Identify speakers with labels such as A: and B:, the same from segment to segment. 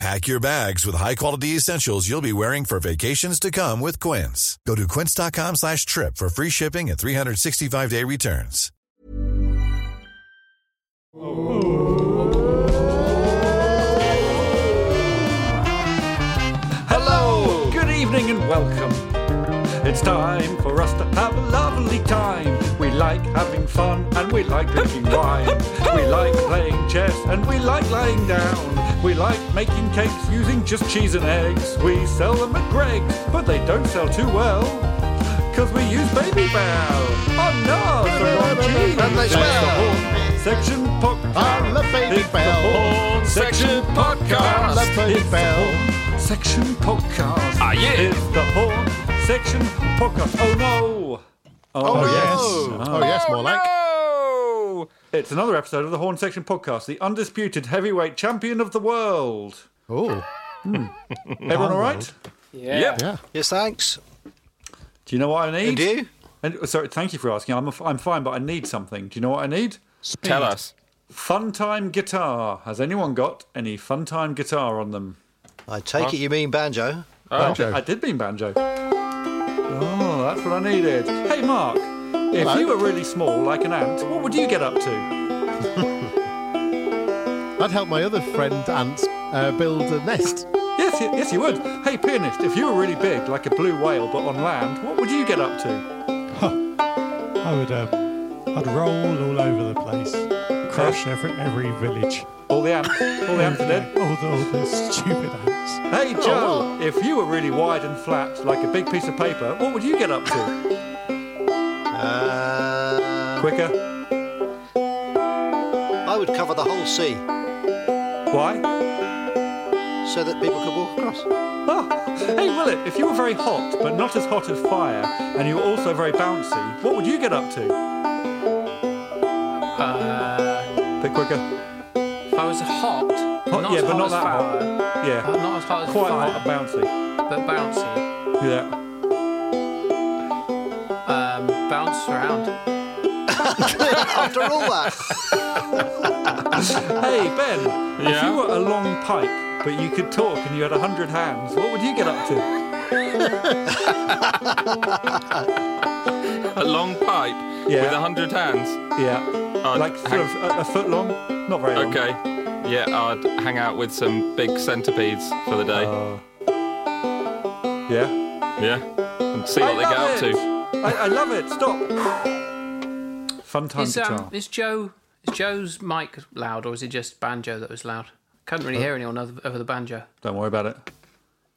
A: Pack your bags with high-quality essentials you'll be wearing for vacations to come with Quince. Go to quince.com slash trip for free shipping and 365-day returns.
B: Hello, good evening, and welcome. It's time for us to have a lovely time. We like having fun and we like drinking wine. We like playing chess and we like lying down. We like making cakes using just cheese and eggs. We sell them at Greg's, but they don't sell too well. Cause we use baby bell. Oh no, it's the wrong cheese.
C: And they
B: It's the
C: smell.
B: Horn Section podcast.
C: I love Baby
B: It's the
C: Bell.
B: Horn Section podcast.
C: I love Baby
B: It's the
C: Bell.
B: Horn Section podcast. Ah yeah. It's the Horn Section podcast. Oh no.
C: Oh, yes.
B: Ah.
C: Oh, yes, more like.
D: Oh,
B: It's another episode of the Horn Section podcast, the undisputed heavyweight champion of the world. Hmm.
C: Oh,
B: Everyone all right?
D: Yeah. Yep.
C: yeah.
E: Yes, thanks.
B: Do you know what I need?
E: And you?
B: And, oh, sorry, thank you for asking. I'm, I'm fine, but I need something. Do you know what I need?
D: Tell us.
B: Fun time guitar. Has anyone got any fun time guitar on them? Oh,
E: I take it you mean banjo.
C: Banjo.
B: I did mean banjo. Oh, that's what I needed. Hey, Mark, if you were really small, like an ant, what would you get up to?
C: I'd help my other friend Ant uh, build a nest.
B: Yes, y- yes, you would. Hey, pianist, if you were really big, like a blue whale, but on land, what would you get up to?
F: I would, uh, I'd roll all over the place, crush every every village,
B: All the ants, all the ants are dead.
F: all the, all the stupid ants.
B: Hey,
D: Oh,
B: Joe, if you were really wide and flat, like a big piece of paper, what would you get up to?
E: Uh,
B: Quicker?
E: I would cover the whole sea
B: Why?
E: so that people could walk across.
B: Oh, hey, Willet, if you were very hot, but not as hot as fire, and you were also very bouncy, what would you get up to?
D: Uh,
B: Bit quicker.
G: If I was hot,
B: Hot-
G: not
B: yeah,
G: as
B: but
G: hot
B: not
G: as
B: that hot.
G: fire,
B: Yeah.
G: but not as hot as
B: Quite
G: fire,
B: hot and bouncy.
G: but bouncy,
B: Yeah.
G: um, bounce around.
E: After all that,
B: Hey, Ben, if you were a long pipe, but you could talk and you had a hundred hands, what would you get up to?
D: A long pipe
B: Yeah.
D: with a hundred hands.
B: Yeah.
D: I'd
B: Like sort
D: hang-
B: of a, a foot long? Not very long.
D: Okay. Yeah, I'd hang out with some big centipedes for the day.
B: Uh, yeah.
D: yeah. And see what they get up to.
B: I, I love it. Stop. Fun time
G: Is
B: guitar.
G: um, is Joe is Joe's mic loud or is it just banjo that was loud? Couldn't really hear anyone other, over the banjo.
B: Don't worry about it.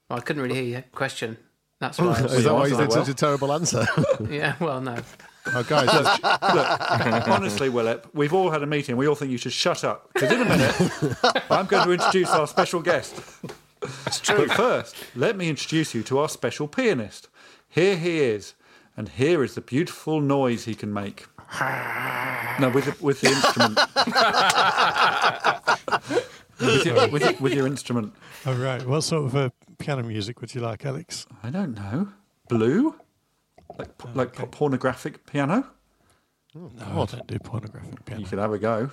G: Well, I couldn't really hear your question. That's why. I
C: Is
G: was,
C: that why
B: answered
C: you
B: it
C: did
B: well.
C: such a terrible answer?
G: yeah. Well, no.
C: oh, guys, that's,
B: Honestly, Willip, we've all had a meeting. We all think you should shut up because in a minute I'm going to introduce our special guest. It's true. But first, let me introduce you to our special pianist. Here he is, and here is the beautiful noise he can make. No, with the, with the instrument. with, your, with, your, with your instrument.
F: All right, what sort of uh, piano music would you like, Alex?
B: I don't know. Blue? Like like pornographic piano?
C: Oh,
F: No, I Oh, don't do pornographic
B: You
F: piano.
B: could have a go.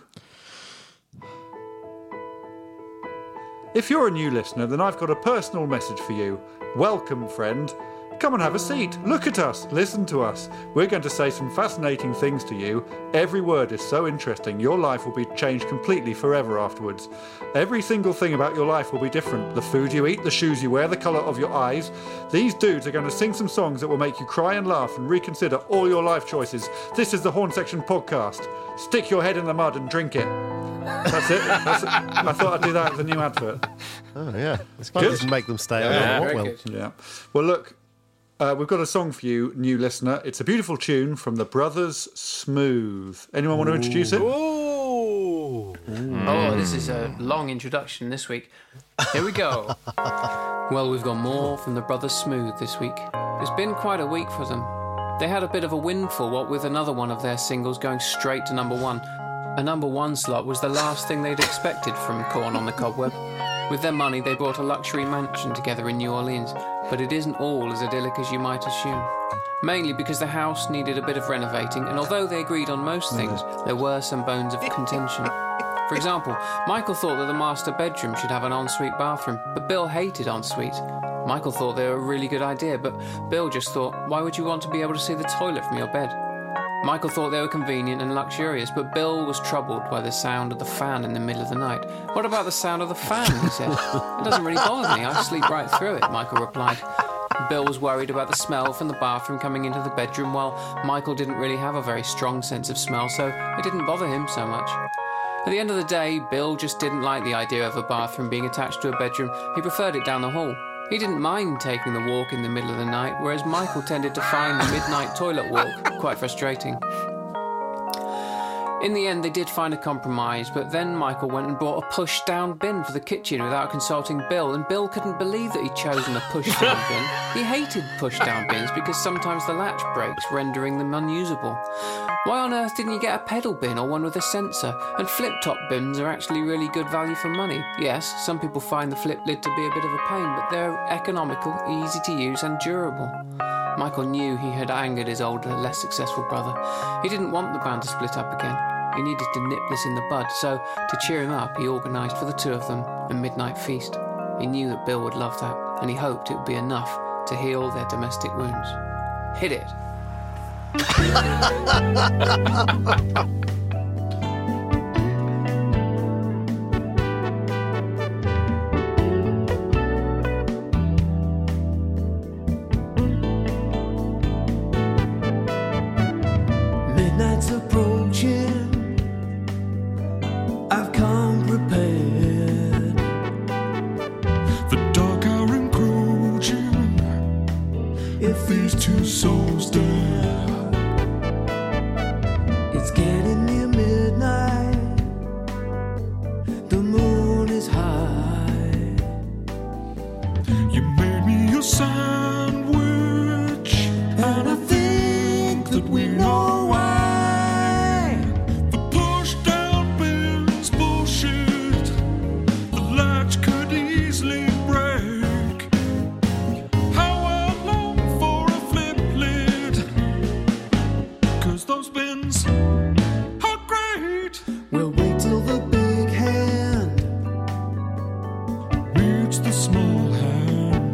B: If you're a new listener, then I've got a personal message for you. Welcome, friend. Come and have a seat. Look at us. Listen to us. We're going to say some fascinating things to you. Every word is so interesting, your life will be changed completely forever afterwards. Every single thing about your life will be different the food you eat, the shoes you wear, the colour of your eyes. These dudes are going to sing some songs that will make you cry and laugh and reconsider all your life choices. This is the Horn Section podcast. Stick your head in the mud and drink it. That's it. That's it. I thought I'd do that as a new advert.
C: oh, yeah. It's fun. doesn't make them stay. I
D: Yeah.
C: don't know what
G: Very
C: will.
G: good.
B: Yeah. Well, look, uh, we've got a song for you, new listener. It's a beautiful tune from the Brothers Smooth. Anyone want to introduce it? Mm.
G: Oh, this is a long introduction this week. Here we go. well, we've got more from the Brothers Smooth this week. It's been quite a week for them. They had a bit of a windfall, what with another one of their singles going straight to number one. A number one slot was the last thing they'd expected from Corn on the Cobweb. With their money, they bought a luxury mansion together in New Orleans, but it isn't all as idyllic as you might assume. Mainly because the house needed a bit of renovating, and although they agreed on most things, there were some bones of contention. For example, Michael thought that the master bedroom should have an ensuite bathroom, but Bill hated ensuite. Michael thought they were a really good idea, but Bill just thought, why would you want to be able to see the toilet from your bed? Michael thought they were convenient and luxurious, but Bill was troubled by the sound of the fan in the middle of the night. What about the sound of the fan? he said. It doesn't really bother me, I sleep right through it, Michael replied. Bill was worried about the smell from the bathroom coming into the bedroom, while Michael didn't really have a very strong sense of smell, so it didn't bother him so much. At the end of the day, Bill just didn't like the idea of a bathroom being attached to a bedroom. He preferred it down the hall. He didn't mind taking the walk in the middle of the night, whereas Michael tended to find the midnight toilet walk quite frustrating. In the end, they did find a compromise, but then Michael went and bought a push down bin for the kitchen without consulting Bill, and Bill couldn't believe that he'd chosen a push down bin. He hated push down bins because sometimes the latch breaks, rendering them unusable. Why on earth didn't you get a pedal bin or one with a sensor? And flip top bins are actually really good value for money. Yes, some people find the flip lid to be a bit of a pain, but they're economical, easy to use, and durable. Michael knew he had angered his older, less successful brother. He didn't want the band to split up again. He needed to nip this in the bud, so to cheer him up, he organised for the two of them a midnight feast. He knew that Bill would love that, and he hoped it would be enough to heal their domestic wounds. Hit it.
H: Midnight's approaching. I've come prepared. The dark are encroaching. If these two souls dare, it's getting near midnight. The moon is high. You made me a sandwich, and I think that we know why. The push down bin's bullshit, the latch could easily break. How I long for a flip lid, 'cause those bins are great. We'll wait till the big hand reach the small hand.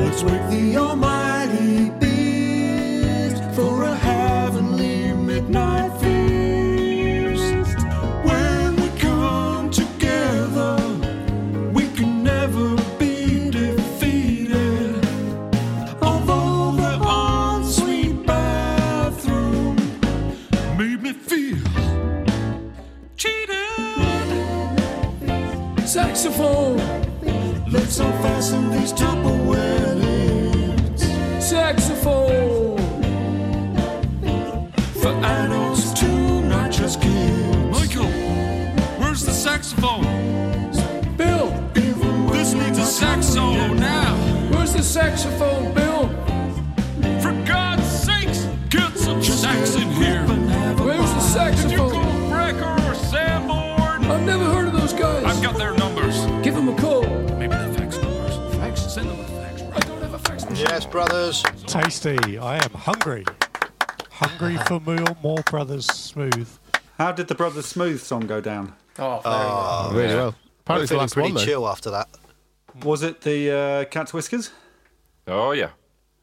H: Let's wake the almighty beast for a heavenly midnight feast. When we come together, we can never be defeated. Although the ensuite bathroom made me feel cheated. Saxophone. Let's unfasten these Tupperware lids. Saxophone. For adults too, not just kids. Michael, where's the saxophone? Bill. this needs a saxo now. Where's the saxophone, Bill? For God's sakes, get some sax in here. Where's the saxophone?
I: Did you call Brecker or Sanborn?
H: I've never heard of those guys.
I: I've got their numbers.
H: Give them a call.
I: Maybe the fax numbers. Fax? Send them a fax. Right? I don't have a fax machine.
E: Yes, brothers.
F: Tasty. I am hungry. Hungry for more, more brothers smooth.
B: How did the Brothers Smooth song go down?
G: Oh, very good.
C: really well. Apparently, it's the
E: Feeling
C: last
E: pretty
C: one, though.
E: chill after that.
B: Was it the uh, Cat's Whiskers?
D: Oh, yeah.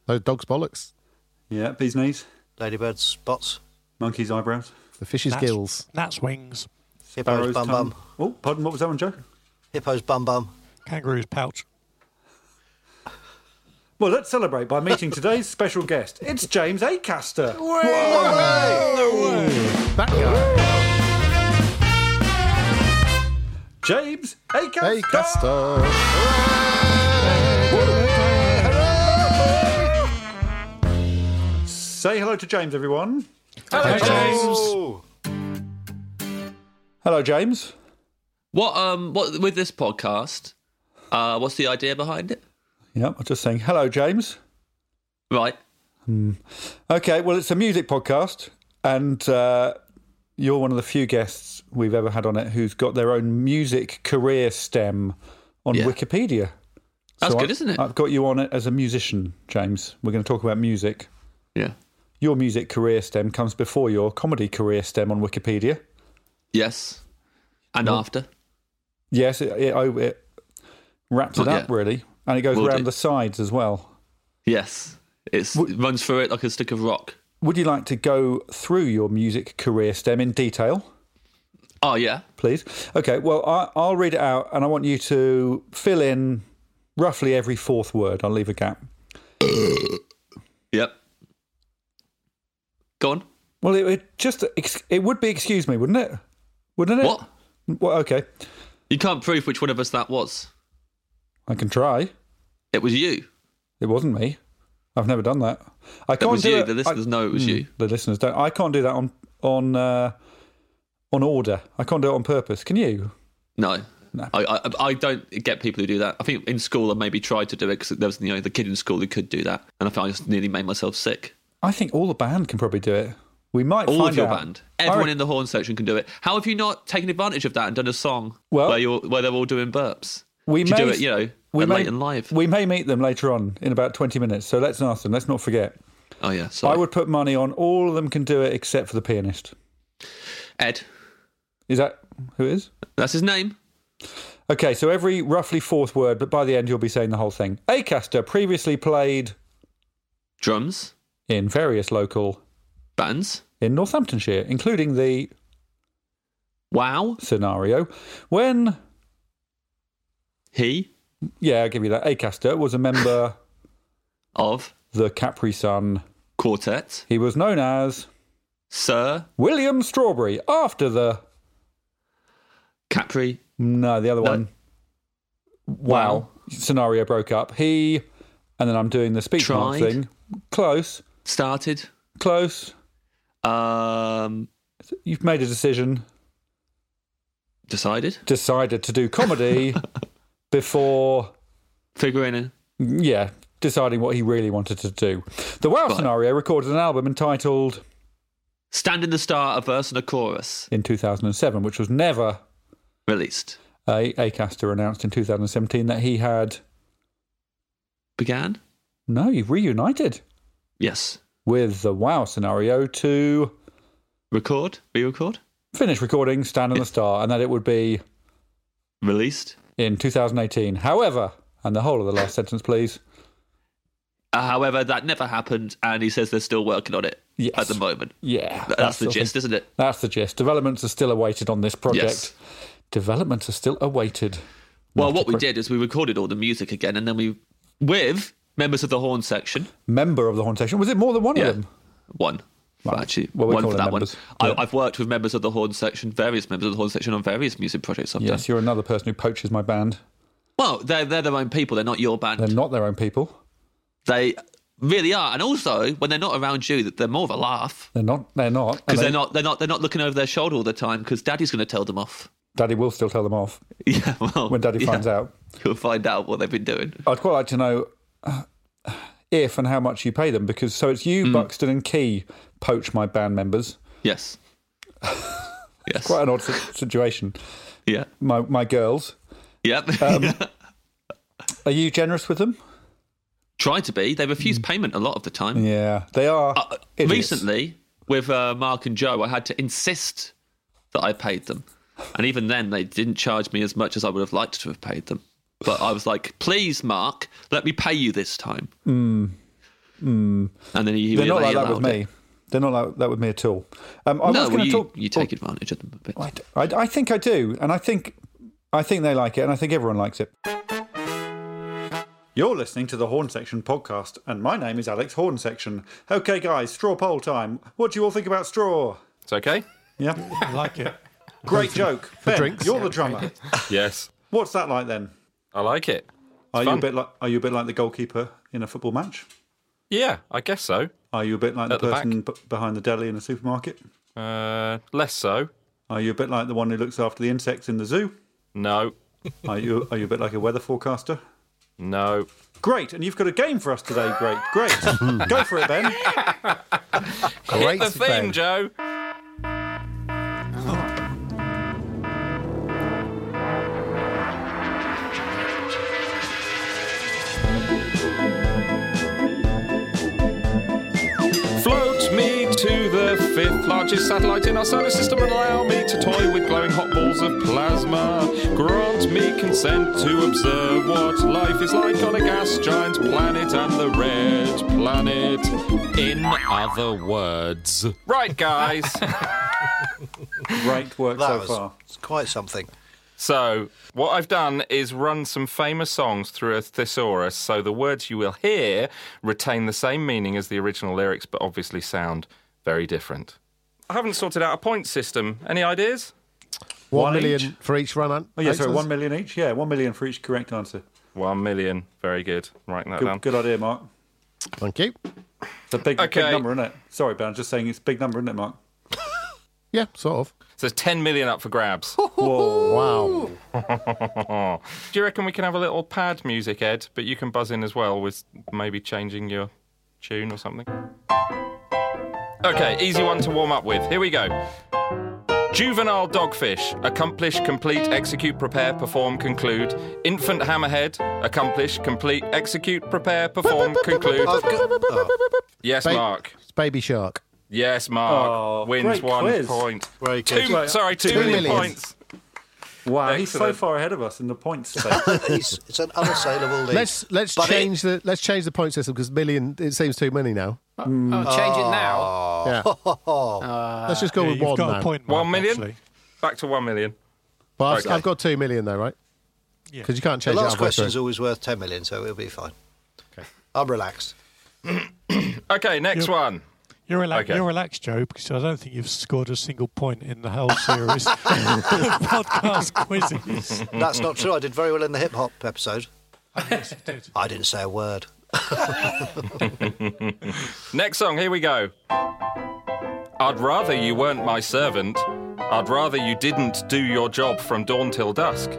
C: Those dogs' bollocks.
B: Yeah, bees' knees,
E: Ladybird spots.
B: monkey's eyebrows,
C: The fish's
F: That's-
C: gills.
F: Gnats' wings.
E: Hippo's
B: Burrow's
E: bum
B: tongue.
E: bum.
B: Oh, pardon, what was that one, Joe?
E: Hippo's bum bum.
F: Kangaroo's pouch.
B: Well, let's celebrate by meeting today's special guest. It's James Acaster.
C: That guy.
B: James Acaster.
C: Hey, Castor.
B: Say hello to James, everyone. Hello, James.
J: What um what with this podcast? Uh, what's the idea behind it?
B: Yep, I'm just saying hello, James.
J: Right.
B: Hmm. Okay, well, it's a music podcast, and uh, you're one of the few guests we've ever had on it who's got their own music career stem on
J: Yeah.
B: Wikipedia.
J: That's good,
B: I-
J: isn't it?
B: I've got you on it as a musician, James. We're going to talk about music.
J: Yeah.
B: Your music career stem comes before your comedy career stem on Wikipedia.
J: Yes. And after.
B: Yes, it, it, oh, it wraps it
J: Not
B: up
J: yet.
B: really, and it goes
J: Will
B: round
J: do.
B: the sides as well.
J: Yes. It's, it runs through it like a stick of rock.
B: Would you like to go through your music career stem in detail?
J: Oh, yeah.
B: please. Okay, well, I, I'll read it out and I want you to fill in roughly every fourth word. I'll leave a gap.
J: Yep. Go on.
B: Well, it, it just ex- it would be excuse me, wouldn't it? Wouldn't it?
J: What?
B: Well, okay,
J: You can't prove which one of us that was.
B: I can try.
J: It was you.
B: It wasn't me. I've never done that. I can't
J: was
B: do
J: you.
B: it-
J: The listeners
B: I- Hmm,
J: know it was you.
B: The listeners don't. I can't do that on on uh, on order. I can't do it on purpose. Can you?
J: No. I, I I don't get people who do that. I think in school I maybe tried to do it because there was you know, the kid in school who could do that, and I found I just nearly made myself sick.
B: I think all the band can probably do it. We might
J: All
B: find
J: of your
B: out. Oh,
J: band,
B: I
J: everyone
B: re-
J: in the horn section can do it. How have you not taken advantage of that and done a song
B: Well-
J: where you're where they're all doing burps?
B: We
J: Could
B: may
J: you do it, you know,
B: we
J: at
B: may,
J: late and live.
B: We may meet them later on in about twenty minutes. So let's ask them. Let's not forget.
J: Oh yeah,
B: I
J: sorry,
B: would put money on all of them can do it except for the pianist.
J: Ed.
B: Is that who it is?
J: That's his name.
B: Okay, so every roughly fourth word, but by the end you'll be saying the whole thing. Acaster previously played
J: Drums,
B: in various local
J: bands.
B: in Northamptonshire, including the
J: Wow,
B: scenario when
J: he
B: yeah, I'll give you that. Acaster was a member
J: of
B: the Capri Sun.
J: quartet,
B: He was known as
J: Sir
B: William Strawberry after the
J: Capri.
B: No, the other
J: No.
B: one. Wow.
J: Wow.
B: Scenario broke up. He, and then I'm doing the speech mark
J: Tried.
B: thing. Close,
J: Started.
B: close.
J: Um,
B: You've made a decision.
J: decided.
B: Decided to do comedy before,
J: Figuring in.
B: yeah, deciding what he really wanted to do. The Wow
J: Right.
B: scenario recorded an album entitled
J: Stand in the Star, a verse and a chorus.
B: in 2007, which was never
J: Released.
B: a Acaster announced in 2017 that he had.
J: Began?
B: No, he reunited
J: Yes.
B: with the Wow scenario to
J: Record? Re record?
B: finish recording Stand on the Star, and that it would be
J: Released?
B: in 2018. However, and the whole of the last sentence, please.
J: Uh, however, that never happened, and he says they're still working on it
B: Yes.
J: at the moment.
B: Yeah,
J: That's, the
B: sort of
J: gist,
B: thing.
J: isn't it?
B: That's the gist. Developments are still awaited on this project.
J: Yes.
B: Developments are still awaited.
J: Well,
B: Not
J: what
B: to
J: we
B: pre-
J: did is we recorded all the music again, and then we, with members of the horn section,
B: Member of the Horn Section. Was it more than one
J: Yeah.
B: of them?
J: one. Actually,
B: Well, we
J: one
B: call
J: for
B: them
J: that
B: members.
J: one.
B: Yeah.
J: I, I've worked with members of the horn section, various members of the horn section on various music projects I've
B: Yes,
J: done.
B: you're another person who poaches my band.
J: Well, they're, they're their own people. They're not your band.
B: They're not their own people.
J: They really are. And also, when they're not around you, they're more of a laugh.
B: They're not. They're not. And
J: Because
B: they-
J: they're not, they're not, they're not looking over their shoulder all the time. Because Daddy's going to tell them off.
B: Daddy will still tell them off
J: Yeah, well,
B: when Daddy
J: yeah,
B: finds out.
J: he'll find out what they've been doing.
B: I'd quite like to know uh, if and how much you pay them because so it's
J: Mm.
B: you, Buxton, and Key poach my band members.
J: Yes, yes,
B: Quite an odd si- situation.
J: yeah,
B: My my girls. Um,
J: yep.
B: Are you generous with them?
J: Try to be. They refuse
B: Mm.
J: payment a lot of the time.
B: Yeah, they are.
J: Uh,
B: idiots.
J: recently, with uh, Mark and Joe, I had to insist that I paid them, and even then, they didn't charge me as much as I would have liked to have paid them. But I was like, "Please, Mark, let me pay you this time." Mm. And then he,
B: Mm. they're not
J: they
B: like that with
J: allowed it.
B: me. They're not like that with me at all. Um, I
J: no,
B: was
J: well,
B: going to
J: you,
B: talk.
J: you take advantage of them a bit.
B: I, d- I d- I think I do, and I think I think they like it, and I think everyone likes it. You're listening to the Horn Section podcast, and my name is Alex Horn Section. Okay, guys, straw poll time. What do you all think about straw?
D: It's okay.
B: Yeah,
F: I like it.
B: great joke. Ben,
C: drinks.
B: you're the drummer.
D: Yes,
B: What's that like then?
D: I like it.
B: Are you a
D: fun.
B: bit like Are you a bit like the goalkeeper in a football match?
D: Yeah, I guess so.
B: Are you a bit like the
D: At the back.
B: person b- behind the deli in a supermarket?
D: Uh, less so.
B: Are you a bit like the one who looks after the insects in the zoo?
D: No,
B: Are you are you a bit like a weather forecaster?
D: No.
B: Great, and you've got a game for us today. Great, great. Go for it, Ben.
D: Hit the theme, Joe. Float me to the fifth largest satellite in our solar system and allow me to toy with glowing hot balls of plasma. Grant me consent to observe what life is like on a gas giant planet and the red planet. In other words. Right, guys.
B: Great work
E: That
B: so
E: was
B: far.
E: it's quite something.
D: So, what I've done is run some famous songs through a thesaurus, so the words you will hear retain the same meaning as the original lyrics, but obviously sound very different. I haven't sorted out a point system. Any ideas?
B: One
C: One million
B: each.
C: for each run.
B: Oh yeah, sorry, one million each. Yeah, one million for each correct answer.
D: One million. Very good. Writing that down.
B: Good, good idea, Mark.
C: Thank you.
B: It's a big,
D: Okay.
B: big number, isn't it? Sorry, Ben. I'm just saying it's a big number, isn't it, Mark?
C: Yeah, sort of.
D: So there's 10 million up for grabs.
B: Whoa.
C: Wow.
D: Do you reckon we can have a little pad music, Ed? But you can buzz in as well with maybe changing your tune or something. Okay, easy one to warm up with. Here we go. Juvenile dogfish, accomplish, complete, execute, prepare, perform, conclude. Infant hammerhead, accomplish, complete, execute, prepare, perform, conclude.
E: I've got- oh,
D: Yes,
C: Ba-
D: Mark.
C: It's Baby Shark.
D: Yes, Mark.
B: Oh,
D: Wins
B: great
D: one
B: quiz.
D: point.
E: very
D: Two,
E: good.
D: sorry, two
C: Two
D: million
C: million.
D: points.
B: Wow, he's so
D: Excellent.
B: far ahead of us in the points space.
E: It's, it's an unassailable lead.
C: Let's let's
E: But it-
C: change the let's change the point system because million it seems too many now.
E: Mm.
G: Oh, change it now.
C: Yeah. Oh.
E: Uh,
C: let's just go
F: Yeah,
C: with
F: you've
C: one
F: got
C: now.
F: a point.
D: Oh. One
F: Mark,
D: million?
F: actually.
D: Back to one million.
C: But I've,
D: Okay.
C: I've got two million though, right?
F: Yeah.
C: Because you can't
E: The
C: change
E: last
C: it. halfway
E: question is
C: through.
E: always worth 10 million, so it'll be fine. I'm relaxed.
D: Okay, next
F: You're-
D: one.
F: You're, relax,
D: Okay.
F: you're relaxed, Joe, because I don't think you've scored a single point in the whole series of podcast quizzes.
E: That's not true. I did very well in the hip hop episode.
F: yes, you did.
E: I didn't say a word.
D: Next song, here we go. I'd rather you weren't my servant. I'd rather you didn't do your job from dawn till dusk.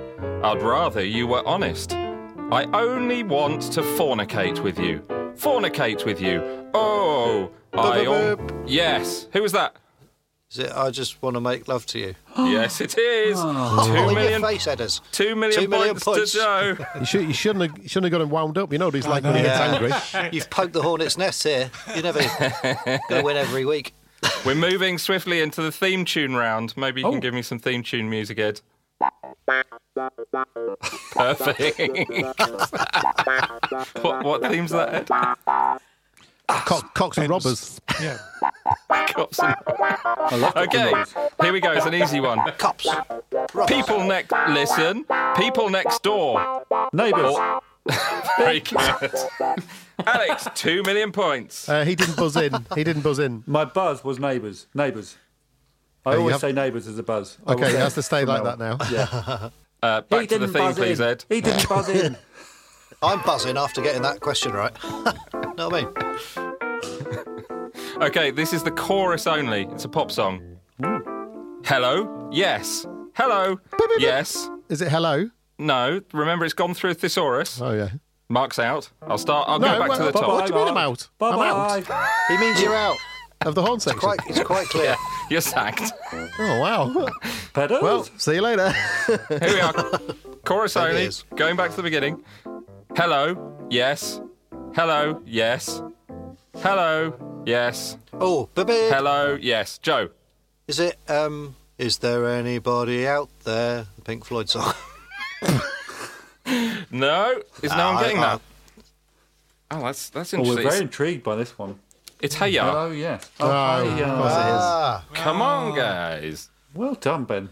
D: I'd rather you were honest. I only want to fornicate with you. Fornicate with you. Oh, I. al- yes. Who was that?
E: Is it, I just want to make love to you.
D: yes, it is.
B: Oh.
D: Two
E: In
D: million.
E: your face, Edders.
D: Two million,
E: Two million
D: points to Joe.
C: You, should, you shouldn't have, you shouldn't have got him wound up. You know what he's like when he gets
E: Yeah.
C: angry.
E: You've poked the hornet's nest here. You never going to win every week.
D: We're moving swiftly into the theme tune round. Maybe you
B: Oh.
D: can give me some theme tune music, Ed. Perfect. what, what theme's that, Ed?
C: Co- Cox and robbers.
F: Yeah.
D: Cops and-
B: I love that
D: Okay,
B: noise.
D: here we go. It's an easy one.
E: Cops.
D: People next, listen. People next door.
B: Neighbours.
D: Very good. Alex, two million points.
C: Uh, he didn't buzz in. He didn't buzz in.
B: My buzz was neighbours. Neighbours. I
C: you
B: always
C: have-
B: say neighbours as a buzz. I will
C: Okay,
B: say
C: he has
B: it
C: to stay
B: from
C: like
B: now
C: that now.
D: Uh,
B: on.
D: back to the theme, please,
B: in.
D: Ed.
B: He didn't buzz in.
E: I'm buzzing after getting that question right. know what I mean?
D: Okay, this is the chorus only. It's a pop song. Hello? Yes. Hello? Yes.
C: Is it hello?
D: No. Remember, it's gone through a thesaurus.
C: Oh yeah.
D: Mark's out. I'll start. I'll
C: No,
D: go back to
C: well,
D: the
C: Bob,
D: top.
C: what do you mean I'm out? I'm out
B: Bye-bye.
E: He means you're out.
C: of the horn section.
E: Quite, it's quite clear.
D: You're sacked.
C: Oh wow.
B: Pedals.
C: Well, see you later.
D: Here we are. Chorus only.
E: is.
D: Going back to the beginning. Hello. Yes. Hello. Yes. Hello. Yes.
E: Oh, baby.
D: Hello. Yes. Joe.
E: Is it, um, is there anybody out there? The Pink Floyd song.
D: No. Is no
E: Ah,
D: one getting
E: I-
D: that? Oh, that's that's
B: Oh, Uh, we're
D: interesting.
B: very intrigued by this one.
D: It's Hey Ya.
B: Hello, yes. Oh, uh, hi, yeah.
E: Ah,
D: Come on, guys.
B: Well done, Ben.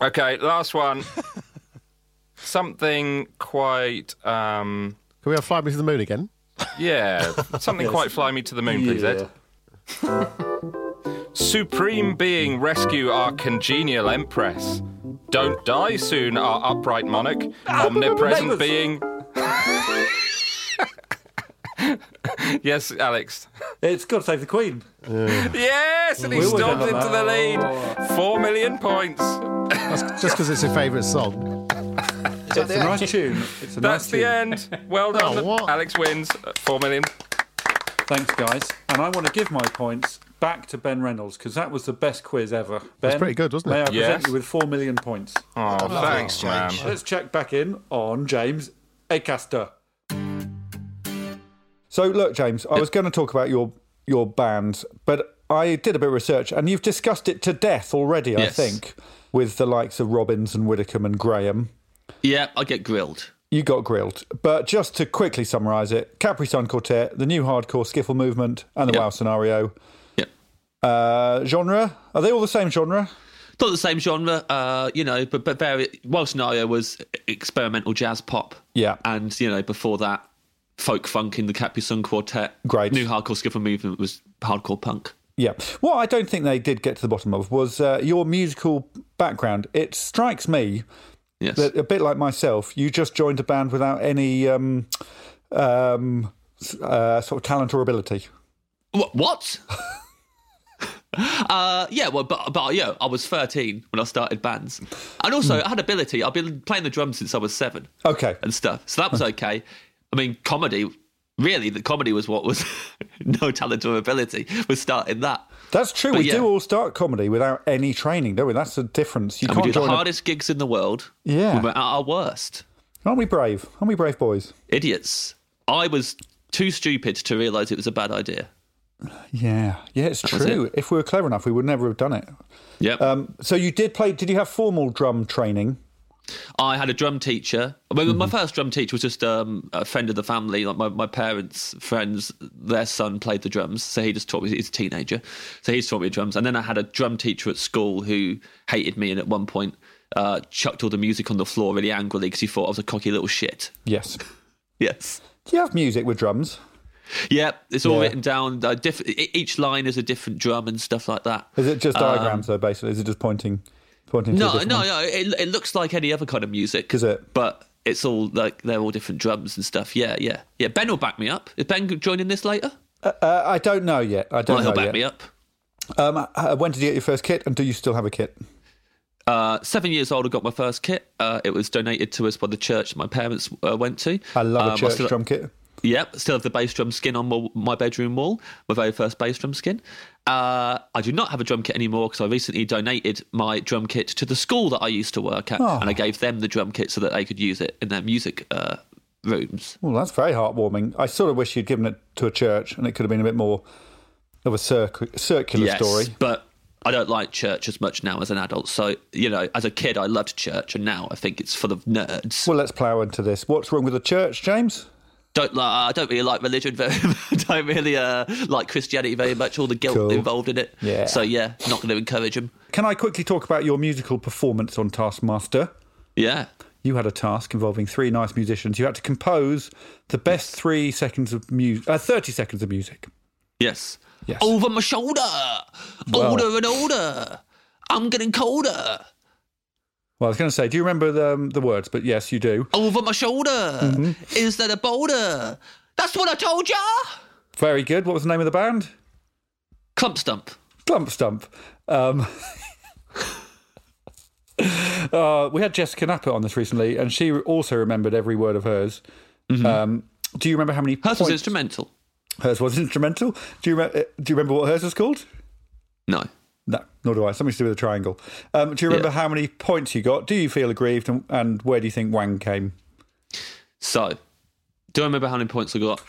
D: Okay, last one. Something quite, um,
C: Can we have fly me to the moon again?
D: yeah, something quite fly me to the moon, please, Ed.
B: Yeah.
D: Supreme being, rescue our congenial empress. Don't die soon, our upright monarch. Omnipresent
B: Ah! neighbours.
D: being. yes, Alex.
B: It's God Save the Queen.
D: Yes, and he
B: We always
D: stormed
B: have
D: into the
B: that.
D: lead. Four million points.
C: Just because it's your favourite song.
B: It's a nice tune. It's a
D: That's
B: nice
D: the
B: tune.
D: end. Well done. Alex wins at four million.
B: Thanks, guys. And I want to give my points back to Ben Reynolds because that was the best quiz ever. Ben,
C: was pretty good, wasn't it?
B: May I
C: Yes.
B: present you with four million points?
D: Oh,
C: thanks, man. James.
B: Let's check back in on James Acaster. So, look, James, I was going to talk about your your band, but I did a bit of research, and you've discussed it to death already. I
J: Yes.
B: think with the likes of Robbins and Widdicombe and Graham.
J: Yeah, I get grilled.
B: You got grilled. But just to quickly summarise it Capri Sun Quartet, the new hardcore skiffle movement, and the
J: Yep.
B: WoW scenario.
J: Yep.
B: Uh, genre? Are they all the same genre?
J: Not the same genre, uh, you know, but but very well scenario was experimental jazz pop.
B: Yeah.
J: And, you know, before that, folk funk in the Capri Sun Quartet.
B: Great.
J: New hardcore skiffle movement was hardcore punk.
B: Yeah. What I don't think they did get to the bottom of was uh, your musical background. It strikes me
J: Yes.
B: that, a bit like myself, you just joined a band without any um, um, s- uh, sort of talent or ability.
J: What? what? uh, yeah, well, but, but yeah, I was 13 when I started bands. And also, I had ability. I've been playing the drums since I was seven
B: Hmm. Okay.
J: and stuff. So that was okay. I mean, comedy, really, the comedy was what was no talent or ability, was starting that.
B: That's true.
J: But
B: we
J: yeah.
B: do all start comedy without any training, don't we? That's the difference. You
J: And
B: can't
J: we do the
B: join a-
J: hardest gigs in the world.
B: Yeah.
J: We were at our worst.
B: Aren't we brave? Aren't we brave boys?
J: Idiots. I was too stupid to realise it was a bad idea.
B: Yeah, yeah, it's
J: was
B: true. If we were clever enough, we would never have done it.
J: Yep.
B: Um, so you did play? Did you have formal drum training?
J: I had a drum teacher. I mean,
B: Mm-hmm.
J: My first drum teacher was just um, a friend of the family. Like my, my parents' friends, their son played the drums, so he just taught me. He's a teenager, so he's taught me drums. And then I had a drum teacher at school who hated me, and at one point uh, chucked all the music on the floor really angrily because he thought I was a cocky little shit.
B: Yes.
J: Yes.
B: Do you have music with drums?
J: Yep. It's all
B: Yeah.
J: written down. Uh, diff- e- each line is a different drum and stuff like that.
B: Is it just
J: Um,
B: diagrams though? Basically, is it just pointing? Pointing.
J: No,
B: to
J: no, no. It, it looks like any other kind of music.
B: Is it?
J: But it's all like they're all different drums and stuff. Yeah, yeah, yeah. Ben will back me up. Is Ben joining this later?
B: Uh, uh, I don't know yet. I
J: Well,
B: don't
J: he'll
B: know
J: back
B: yet.
J: me up.
B: Um, uh, when did you get your first kit, and do you still have a kit?
J: Uh, seven years old, I got my first kit. Uh, it was donated to us by the church that my parents uh, went to.
B: I love
J: Um,
B: a church
J: still-
B: drum kit.
J: Yep, still have the bass drum skin on my, my bedroom wall, my very first bass drum skin. Uh, I do not have a drum kit anymore because I recently donated my drum kit to the school that I used to work at,
B: Oh.
J: and I gave them the drum kit so that they could use it in their music uh, rooms.
B: Well, that's very heartwarming. I sort of wish you'd given it to a church, and it could have been a bit more of a circ- circular story.
J: But I don't like church as much now as an adult. So, you know, as a kid, I loved church, and now I think it's full of nerds.
B: Well, let's plough into this. What's wrong with the church, James?
J: Don't like, I don't really like religion very don't really uh, like Christianity very much, all the guilt
B: Cool.
J: involved in it.
B: Yeah.
J: So, yeah, not going to encourage them.
B: Can I quickly talk about your musical performance on Taskmaster?
J: Yeah.
B: You had a task involving three nice musicians. You had to compose the best three seconds of music, uh, thirty seconds of music.
J: Yes. Oh,
B: Yes.
J: Over my shoulder.
B: Well-
J: Older and older. I'm getting colder.
B: Well, I was going to say, do you remember the, um, the words? But yes, you do.
J: Over my shoulder.
B: Mm-hmm.
J: Is that a boulder? That's what I told ya.
B: Very good. What was the name of the band?
J: Clump stump.
B: Clump Stump. Um, uh, we had Jessica Knapper on this recently, and she also remembered every word of hers. Um, do you remember how many
J: Mm-hmm. Hers was
B: points-
J: instrumental.
B: Hers was instrumental. Do you, re- do you remember what hers was called?
J: No.
B: No, nor do I. Something to do with a triangle. Um, do you remember how many points you got? Do you feel aggrieved? And, and where do you think Wang came?
J: So, do I remember how many points I got?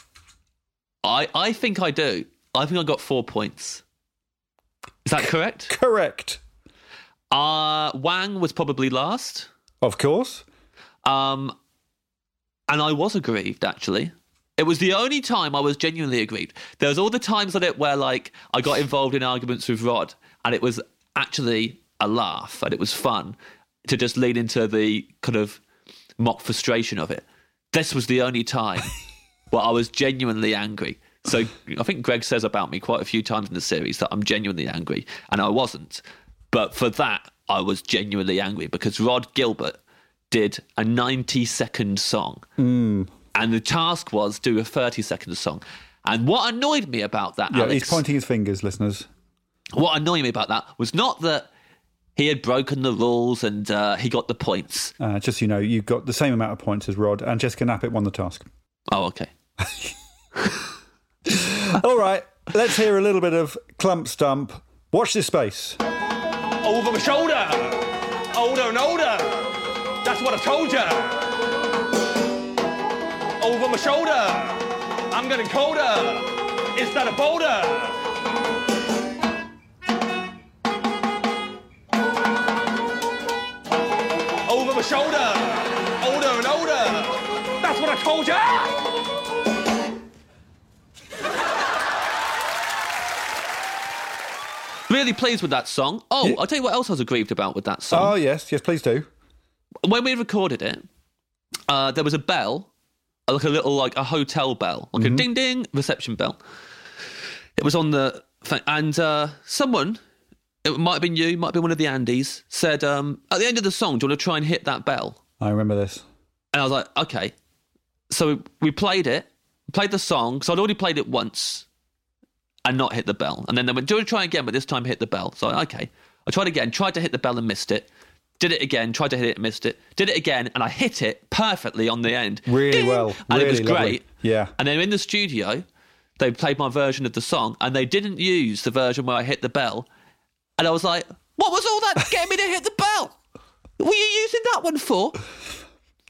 J: I I think I do. I think I got four points. Is that correct?
B: Correct.
J: Uh Wang was probably last.
B: Of course.
J: Um, and I was aggrieved actually. It was the only time I was genuinely aggrieved. There was all the times on it where like I got involved in arguments with Rod, and it was actually a laugh, and it was fun to just lean into the kind of mock frustration of it. This was the only time where I was genuinely angry. So I think Greg says about me quite a few times in the series that I'm genuinely angry, and I wasn't. But for that, I was genuinely angry because Rod Gilbert did a 90 second song. Mm. And the task was do a 30 second song. And what annoyed me about that,
B: Yeah,
J: Alex,
B: he's pointing his fingers, listeners.
J: what annoyed me about that was not that he had broken the rules and uh, he got the points.
B: Uh, just so you know, you got the same amount of points as Rod, and Jessica Knappett won the task.
J: Oh, okay.
B: All right, let's hear a little bit of Clump Stump. Watch this space.
K: Over my shoulder, older and older. That's what I told ya. Over my shoulder, I'm getting colder. Is that a boulder? over my shoulder, older and older. That's what I told you.
J: Really pleased with that song. Oh, I'll tell you what else I was aggrieved about with that song.
B: Oh, yes, yes, please do.
J: When we recorded it, uh, there was a bell, like a little, like a hotel bell, like
B: Mm-hmm.
J: a ding ding reception bell. It was on the thing, and uh, someone, it might have been you, might have been one of the Andes, said, um, at the end of the song, do you want to try and hit that bell?
B: I remember this.
J: And I was like, okay. So we- we played it, played the song. So I'd already played it once and not hit the bell. And then they went, do it try again, but this time hit the bell. So I, okay. I tried again, tried to hit the bell and missed it. Did it again, tried to hit it, missed it. Did it again, and I hit it perfectly on the end.
B: Really
J: Ding!
B: well.
J: And
B: really
J: it was
B: lovely.
J: great.
B: Yeah.
J: And then in the studio, they played my version of the song and they didn't use the version where I hit the bell. And I was like, what was all that getting me to hit the bell? Were you using that one for?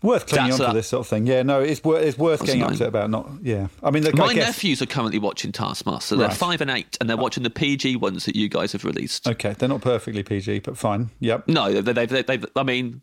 B: Worth clinging
J: That's
B: on to
J: that.
B: this sort of thing. Yeah, no, it's, wor- it's worth getting
J: annoying.
B: upset about. Not, yeah. I mean, look,
J: My
B: I guess.
J: nephews are currently watching Taskmaster. They're
B: Right. Uh,
J: five and eight, and they're watching the PG ones that you guys have released.
B: Okay, they're not perfectly PG, but fine. Yep.
J: No, they, they, they, they, I mean,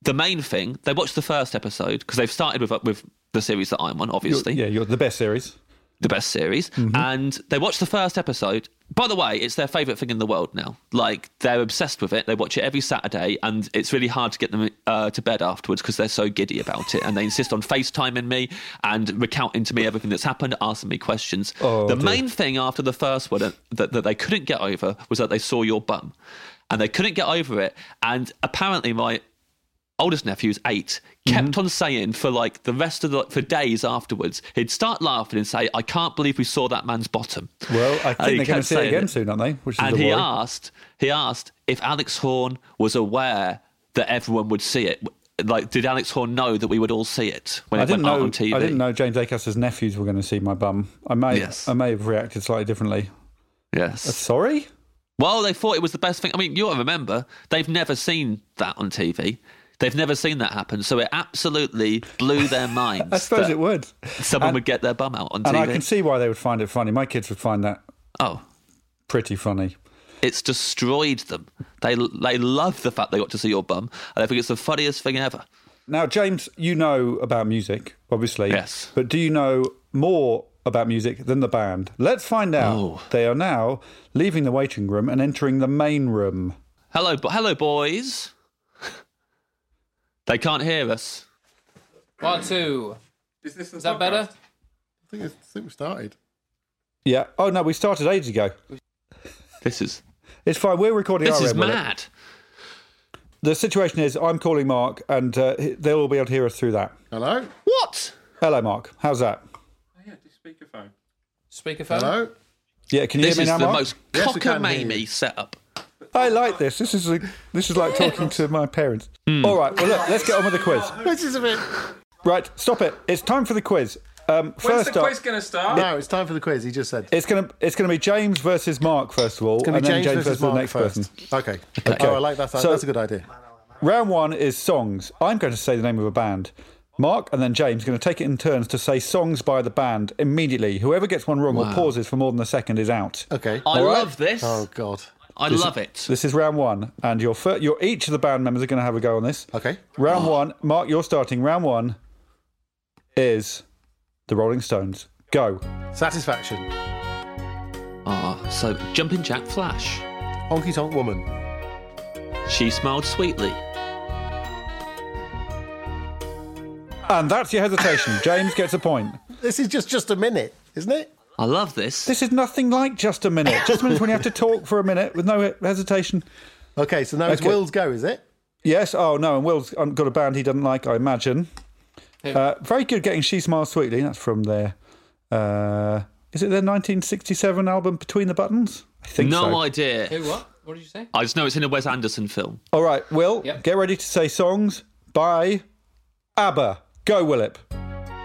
J: the main thing they watched the first episode because they've started with with the series that I'm on,
B: You're-
J: obviously
B: yeah, you're the best series. Mm-hmm.
J: the best series, and they watched the first episode. By the way, it's their favorite thing in the world now. Like they're obsessed with it. They watch it every Saturday, and it's really hard to get them uh, to bed afterwards because they're so giddy about it. And they insist on FaceTiming me and recounting to me everything that's happened, asking me questions.
B: Oh,
J: the
B: dear.
J: main thing after the first one that, that they couldn't get over was that they saw your bum, and they couldn't get over it. And apparently, my oldest nephew was eight
B: Mm-hmm.
J: kept on saying for like the rest of the for days afterwards he'd start laughing and say i can't believe we saw that man's bottom
B: Well, I
J: And he
B: think they're going to
J: Oh, kept
B: see it
J: saying
B: again
J: it.
B: soon, aren't they? Which is
J: and
B: the
J: he
B: worry.
J: asked he asked if alex horn was aware that everyone would see it like did alex horn know that we would all see it when
B: I
J: it
B: didn't
J: went out
B: know.
J: on tv
B: I didn't know James Acaster's nephews were going to see my bum. I may,
J: Yes.
B: I may have reacted slightly differently. Uh,
J: yes
B: Sorry.
J: well they thought it was the best thing i mean you got to remember they've never seen that on tv They've never seen that happen, so it absolutely blew their minds.
B: I suppose
J: that
B: it would.
J: Someone would get their bum out on
B: And
J: TV.
B: I can see why they would find it funny. My kids would find that
J: oh,
B: pretty funny.
J: It's destroyed them. They they love the fact they got to see your bum, and I think it's the funniest thing ever.
B: Now, James, you know about music, obviously.
J: Yes.
B: But do you know more about music than the band? Let's find out.
J: Oh.
B: They are now leaving the waiting room and entering the main room.
J: Hello, bo- hello, boys. they can't hear us.
G: One, two.
L: Is this
G: Is that better?
C: I think, it's, I think we started.
B: Yeah. Oh no, we started ages ago.
J: This is
B: It's fine. We're recording.
J: this
B: our
J: is
B: end with it.
J: mad.
B: The situation is, I'm calling Mark, and uh, he- they'll all be able to hear us through that.
C: Hello?
J: What?
B: Hello, Mark. How's that?
D: Speakerphone.
G: Speakerphone.
C: Hello?
B: Yeah, can you
J: This
B: hear
J: is
B: me now,
J: the
B: Mark?
J: most
C: Yes, we can hear
J: cockamamie setup.
B: I like this. This is a, this is like talking to my parents. All right. Well, look, let's get on with the quiz.
C: This is a bit.
B: Right, stop it. It's time for the quiz. Um,
D: When's
B: first
D: the
B: up,
D: quiz going to start?
C: No, it's time for the quiz. He just said.
B: it's gonna it's gonna be James versus Mark first of all,
C: Gonna
B: and then James versus, the
C: Mark
B: next
C: first.
B: person.
C: Okay. Oh, I like that.
B: So-
C: That's a good idea.
B: Round one is songs. I'm going to say the name of a band. Mark and then James are going to take it in turns to say songs by the band immediately. Whoever gets one wrong or pauses for more than a second is out.
C: Okay.
J: I
B: All right.
J: love this.
C: Oh, God.
J: I love it.
B: This is round one, and your fir- your each of the band members are going to have a go on this.
C: Okay.
B: Round one, Mark, you're starting. Round one is the Rolling Stones. Go.
C: Satisfaction.
J: Ah, so jumping Jack Flash.
C: Honky Tonk Woman.
J: She smiled sweetly.
B: And that's your hesitation. James gets a point.
C: This is just just a minute, isn't it?
J: I love this.
B: This is nothing like just a minute. Just a minute's when you have to talk for a minute with no hesitation.
C: Okay, so now it's
B: Okay.
C: Will's go, is it?
B: Yes. Oh no. And Will's um, got a band he doesn't like, I imagine. Uh, very good getting "She Smiles Sweetly." That's from their. Uh, is it their 1967 album "Between the Buttons"? I think
J: no
B: so.
J: idea.
G: Who what? What did you say?
J: I just know it's in a Wes Anderson film.
B: All right, Will, get ready to say songs by ABBA. Go, Willip.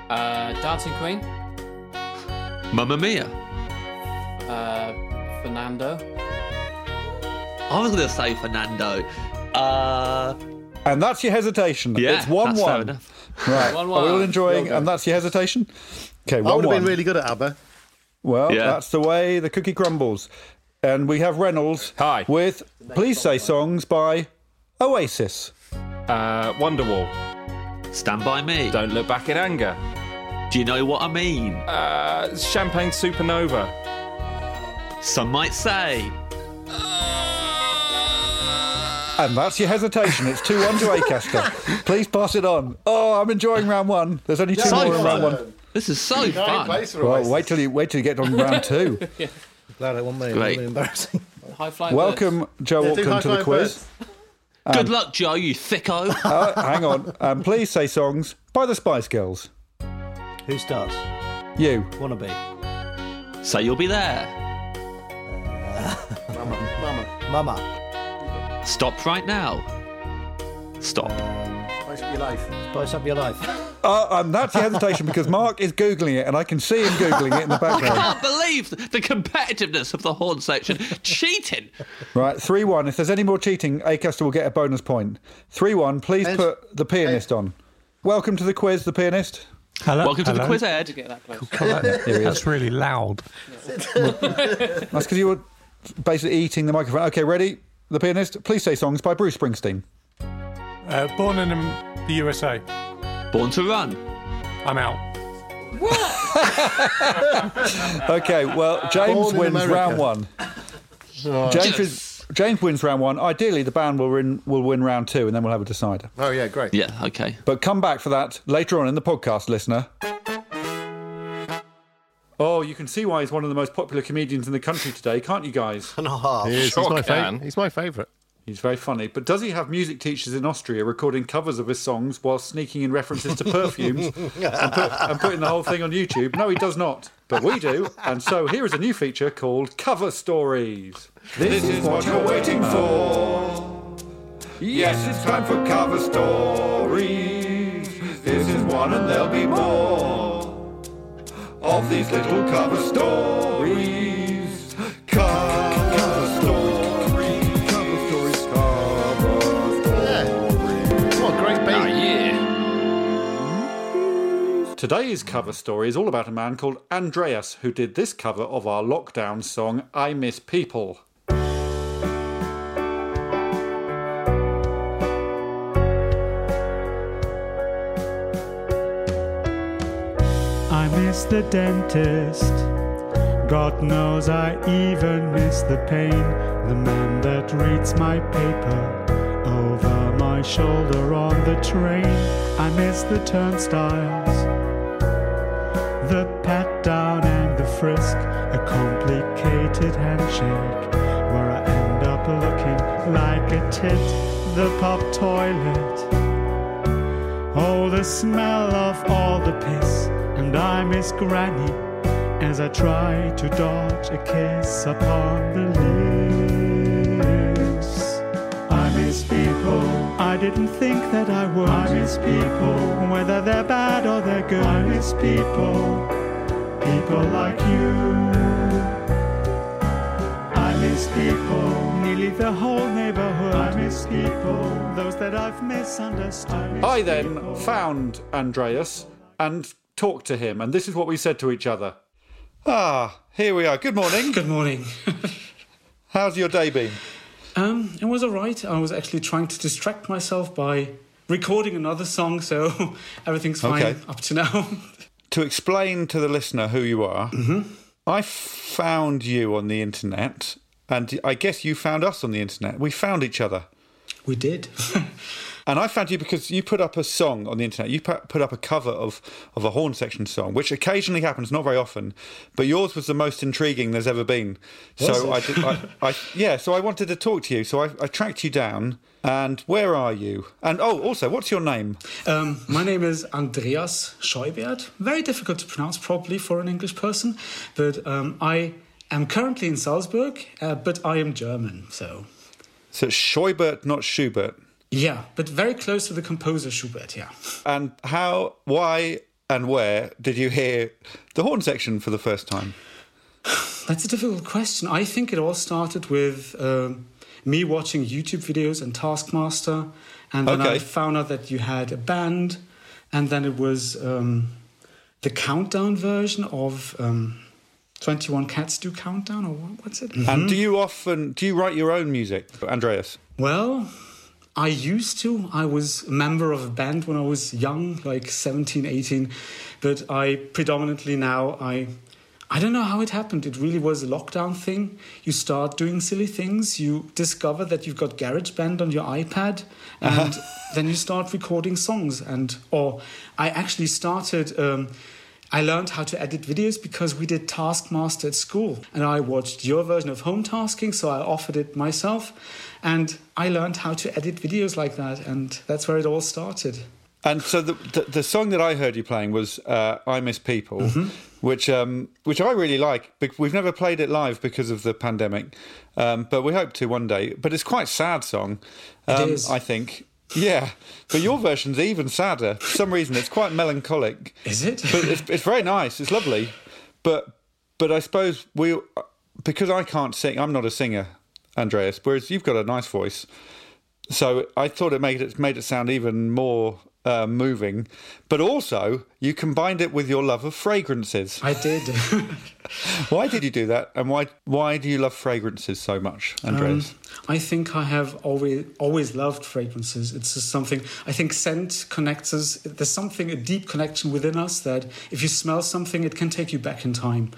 G: Uh, Dancing Queen.
J: Mamma Mia.
G: Uh, Fernando.
J: I was going to say Fernando. Uh,
B: and that's your hesitation.
J: Yeah,
B: it's one
J: that's fair
B: one.
J: enough.
B: Right.
J: One,
B: Are we all
J: one.
B: enjoying?
J: Well done.
B: and that's your hesitation. Okay.
C: I
B: One
C: would have been
B: one.
C: really good at ABBA.
B: Well,
C: Yeah.
B: that's the way the cookie crumbles. And we have Reynolds. Hi. With please say songs by Oasis.
D: Uh, Wonderwall.
J: Stand by me.
D: Don't look back in anger.
J: Do you know what I mean?
D: Uh, Champagne Supernova.
J: Some might say.
B: And that's your hesitation. It's two one to Acaster. please pass it on. Oh, I'm enjoying round one. There's only two
J: So
B: more in round
J: fun.
B: one.
J: This is so
C: United
J: fun.
C: Place or
B: Well,
C: Oasis?
B: wait till you wait till you get on round two.
C: Glad it wasn't me.
J: Great.
C: Great. Embarrassing.
G: High flying.
B: Welcome, Joe
C: Yeah, do
B: Auckland, to the
C: high-five
B: quiz. Um,
J: Good luck, Joe, you thicko.
B: Uh, hang on. Um, please say songs by the Spice Girls.
M: Who starts?
B: You.
M: Wannabe.
J: so you'll be there.
M: Mama. Mama.
J: Stop right now. Stop.
M: Spice up your life. Spice up your life.
B: Uh, um, that's your hesitation because Mark is googling it, and I can see him googling it in the
J: I
B: background.
J: can't believe the competitiveness of the horn section. Cheating.
B: Right, three one. If there's any more cheating, Acaster will get a bonus point. Three one. Please put the pianist on. Welcome to the quiz, the pianist.
N: Hello.
J: Welcome to the
N: hello.
J: quiz, Ed.
B: Here he is.
N: That's really loud.
B: That's because you were basically eating the microphone. Okay, ready? The pianist. Please say songs by Bruce Springsteen.
N: Uh, born in um, the USA.
J: Born to run.
N: I'm out.
B: Okay, well James
C: Born in
B: wins
C: America.
B: round one. James, is- James wins round one. Ideally, the band will win, will win round two, and then we'll have a decider.
C: Oh yeah, great.
J: Yeah, okay.
B: But come back for that later on in the podcast, listener. Oh, you can see why he's one of the most popular comedians in the country today, can't you guys?
O: and a half.
C: He is.
D: Sure
C: he's, my
D: can.
C: fav- he's my favourite.
B: He's very funny. But does he have music teachers in Austria recording covers of his songs while sneaking in references to perfumes and, put, and putting the whole thing on YouTube? No, he does not. But we do. And so here is a new feature called Cover Stories. This, is what you're waiting for. Yes, it's time for cover stories. This is one, and there'll be more of these little cover stories. Cover stories. Cover stories. Cover stories.
C: What a great
D: Ah,
C: beat.
D: yeah.
B: Today's cover story is all about a man called Andreas who did this cover of our lockdown song, I Miss People.
F: I miss the dentist. God knows I even miss the pain. The man that reads my paper over my shoulder on the train. I miss the turnstiles, the pat down and the frisk. A complicated handshake where I end up looking like a tit. The pop toilet. Oh, the smell of all the piss, and I miss Granny as I try to dodge a kiss upon the lips. I miss people. I didn't think that I would. I miss people, whether they're bad or they're good. I miss people, people like you. I miss people, nearly the whole neighborhood. I miss people, those that I've misunderstood.
B: I then found Andreas and talked to him, and this is what we said to each other. Ah, here we are. Good morning.
P: Good morning.
B: How's your day been?
P: Um, it was all right. I was actually trying to distract myself by recording another song, so everything's fine
B: Okay.
P: up to now.
B: To explain to the listener who you are,
P: Mm-hmm.
B: I found you on the internet, and I guess you found us on the internet. We found each other.
P: We did.
B: And I found you because you put up a song on the internet. You pu- put up a cover of, of a horn section song, which occasionally happens, not very often, but yours was the most intriguing there's ever been.
P: Was
B: so I,
P: it?
B: did, I, I, yeah, so I wanted to talk to you. So I, I tracked you down. And where are you? And oh, also, what's your name?
P: Um, my name is Andreas Scheubert. Very difficult to pronounce properly for an English person, but um, I I'm currently in Salzburg, uh, but I am German, so.
B: So it's Schubert, not Schubert.
P: Yeah, but very close to the composer Schubert, yeah.
B: And how, why, and where did you hear the horn section for the first time?
P: That's a difficult question. I think it all started with um me watching YouTube videos and Taskmaster, and then
B: Okay.
P: I found out that you had a band, and then it was um, the countdown version of um, Twenty One Cats Do Countdown, or what- what's it?
B: And
P: Mhm.
B: do you often do you write your own music, Andreas?
P: Well, I used to. I was a member of a band when I was young, like 17, 18, but I predominantly now I I don't know how it happened. It really was a lockdown thing. You start doing silly things, you discover that you've got GarageBand on your iPad, and then you start recording songs and or I actually started um I learned how to edit videos because we did Taskmaster at school and I watched your version of home tasking, so I offered it myself and I learned how to edit videos like that and that's where it all started.
B: And so the, the the song that I heard you playing was uh, "I Miss People,"
P: Mm-hmm.
B: which um, which I really like. bec- We've never played it live because of the pandemic, um, but we hope to one day. But it's quite a sad song,
P: It
B: um,
P: is.
B: I think. Yeah, but your version's even sadder. For some reason, it's quite melancholic.
P: Is it?
B: But it's, it's very nice. It's lovely. But but I suppose we because I can't sing. I'm not a singer, Andreas. Whereas you've got a nice voice. So I thought it made it made it sound even more uh, moving, but also you combined it with your love of fragrances.
P: I did.
B: why did you do that, and why why do you love fragrances so much, Andreas?
P: Um, I think I have always always loved fragrances. It's just something I think scent connects us. There's something a deep connection within us that if you smell something, it can take you back in time.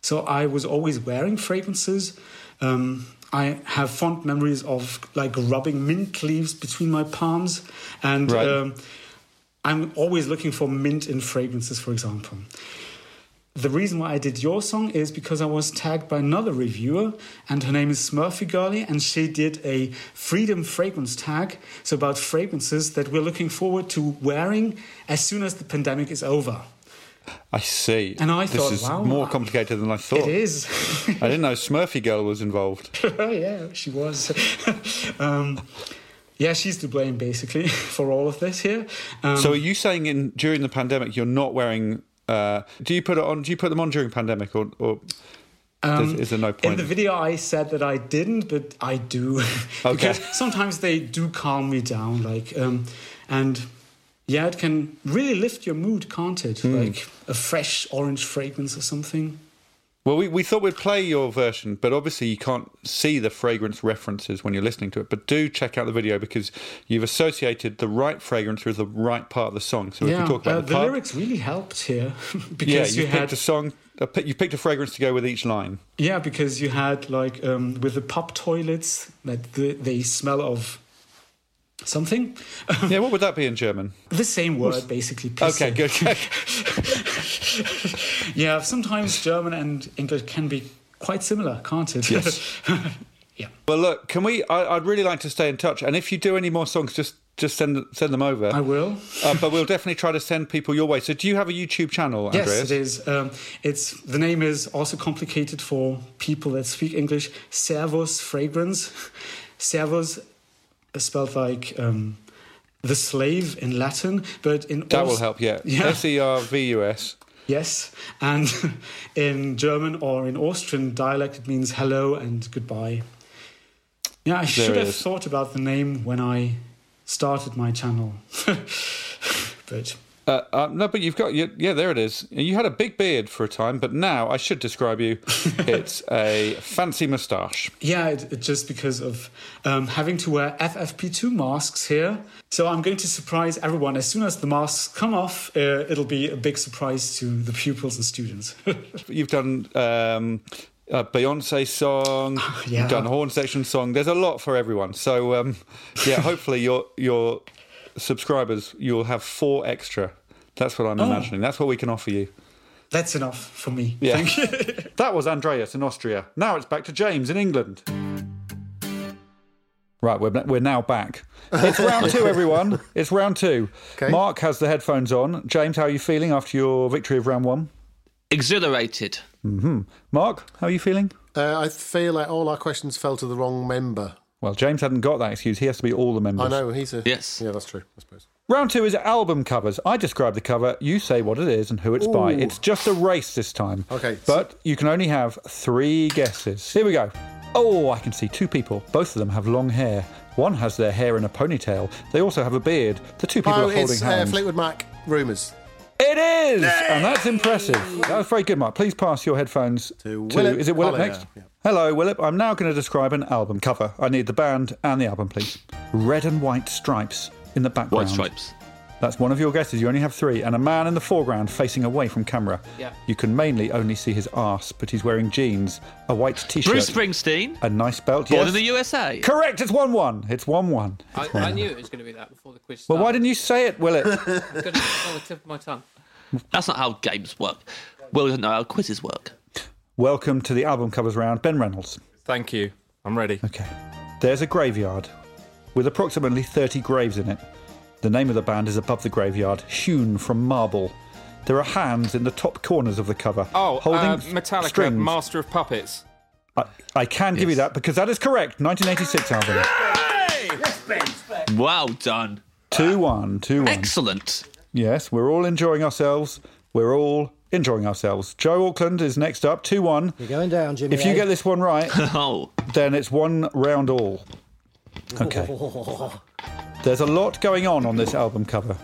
P: So I was always wearing fragrances. Um, I have fond memories of like rubbing mint leaves between my palms, and
B: Right.
P: um, I'm always looking for mint in fragrances, for example. The reason why I did your song is because I was tagged by another reviewer, and her name is Smurfy Girlie, and she did a freedom fragrance tag. So, about fragrances that we're looking forward to wearing as soon as the pandemic is over.
B: I see.
P: and I
B: this
P: thought,
B: is
P: wow,
B: more complicated than I thought.
P: It is.
B: I didn't know Smurfy Girl was involved.
P: Oh, yeah, she was. um, yeah, she's to blame basically for all of this here. Um,
B: so are you saying in during the pandemic you're not wearing? Uh, do you put it on? Do you put them on during pandemic, or, or
P: Um,
B: is, is there no
P: In
B: point?
P: the video, I said that I didn't, but I do.
B: Okay.
P: because sometimes they do calm me down, like, um, and yeah, it can really lift your mood, can't it?
B: Mm.
P: Like a fresh orange fragrance or something.
B: Well, we, we thought we'd play your version, but obviously you can't see the fragrance references when you're listening to it. But do check out the video because you've associated the right fragrance with the right part of the song. So we
P: yeah,
B: can talk about
P: uh,
B: the,
P: the
B: pub.
P: lyrics really helped here
B: yeah,
P: because
B: you,
P: you
B: picked
P: had
B: a song. a pi- You picked a fragrance to go with each line.
P: Yeah, because you had like um, with the pub toilets that the, they smell of something.
B: yeah, what would that be in German?
P: The same word, basically. Pisse.
B: Okay, good.
P: yeah, sometimes German and English can be quite similar, can't it?
B: Yes. Well, look, can we? I, I'd really like to stay in touch, and if you do any more songs, just just send send them over. I
P: will.
B: uh, but we'll definitely try to send people your way. So, do you have a YouTube channel,
P: yes,
B: Andreas?
P: it is. Um, it's the name is also complicated for people that speak English. Servus fragrance. Servus is spelled like um, the slave in Latin, but in
B: That
P: all-
B: will help. Yeah,
P: Yeah.
B: S E R V U S.
P: Yes, and in German or in Austrian dialect, it means hello and goodbye. Yeah, I
B: There
P: should
B: it
P: have
B: is.
P: thought about the name when I started my channel. but
B: Uh, uh, no, but you've got you, yeah. There it is. You had a big beard for a time, but now I should describe you. it's a fancy moustache.
P: yeah, it, it just because of um, having to wear FFP2 masks here. So I'm going to surprise everyone. As soon as the masks come off, uh, it'll be a big surprise to the pupils and students.
B: You've done um, a Beyonce song.
P: Ah, yeah.
B: You've done a horn section song. There's a lot for everyone. So um, yeah, hopefully your your subscribers you'll have four extra. That's what I'm
P: Oh.
B: imagining. That's what we can offer you.
P: That's enough for me.
B: Yeah. that was Andreas in Austria. Now it's back to James in England. Right, we're, we're now back. It's round two, everyone. It's round two. Mark has the headphones on. James, how are you feeling after your victory of round one?
J: Exhilarated.
B: hmm Mark, how are you feeling?
C: Uh, I feel like all our questions fell to the wrong member.
B: Well, James hadn't got that excuse. He has to be all the members.
C: I know he's a
J: yes.
C: Yeah, that's true. I suppose.
B: Round two is album covers. I describe the cover, you say what it is and who it's by.
C: Ooh.
B: It's just a race this time.
C: Okay.
B: But you can only have three guesses. Here we go. Oh, I can see two people. Both of them have long hair. One has their hair in a ponytail. They also have a beard. The two people
C: oh,
B: are holding
C: it's uh,
B: hands.
C: Fleetwood Mac rumours.
B: It is, and that's impressive. That was very good, Mark. Please pass your headphones to,
C: Willip
B: Is it
F: Oh,
B: Willip
C: Collier.
B: next? Hello, Willip. I'm now going to describe an album cover. I need the band and the album, please. Red and white stripes in the background.
J: stripes.
B: That's one of your guesses. You only have three, and a man in the foreground facing away from camera.
J: Yeah.
B: You can mainly only see his arse, but he's wearing jeans, a white t-shirt,
J: Bruce Springsteen,
B: a nice belt.
J: born
B: yes.
J: in the USA.
B: Correct. It's one-one. It's one-one.
G: I, I knew it was going to be that before the quiz
B: Well,
G: started.
B: why didn't you say it, Willip?
G: I've got it on the tip of my tongue.
J: That's not how games work. Will doesn't know how quizzes work.
B: Welcome to the album covers round, Ben Reynolds.
D: Thank you. I'm ready.
B: Okay. There's a graveyard with approximately 30 graves in it. The name of the band is above the graveyard, hewn from marble. There are hands in the top corners of the cover.
D: Oh,
B: holding
D: uh,
B: s-
D: Metallica,
B: strings.
D: Master of Puppets.
B: I, I can give you that because that is correct. 1986 album.
J: Well done.
B: 2 1, 2 1.
J: Excellent.
B: Yes, we're all enjoying ourselves. We're all enjoying ourselves. Joe Auckland is next up, 2 1.
L: You're going down, Jimmy.
B: If you
L: eh?
B: get this one right,
J: Oh,
B: then it's one round all. Okay. There's a lot going on on this album cover.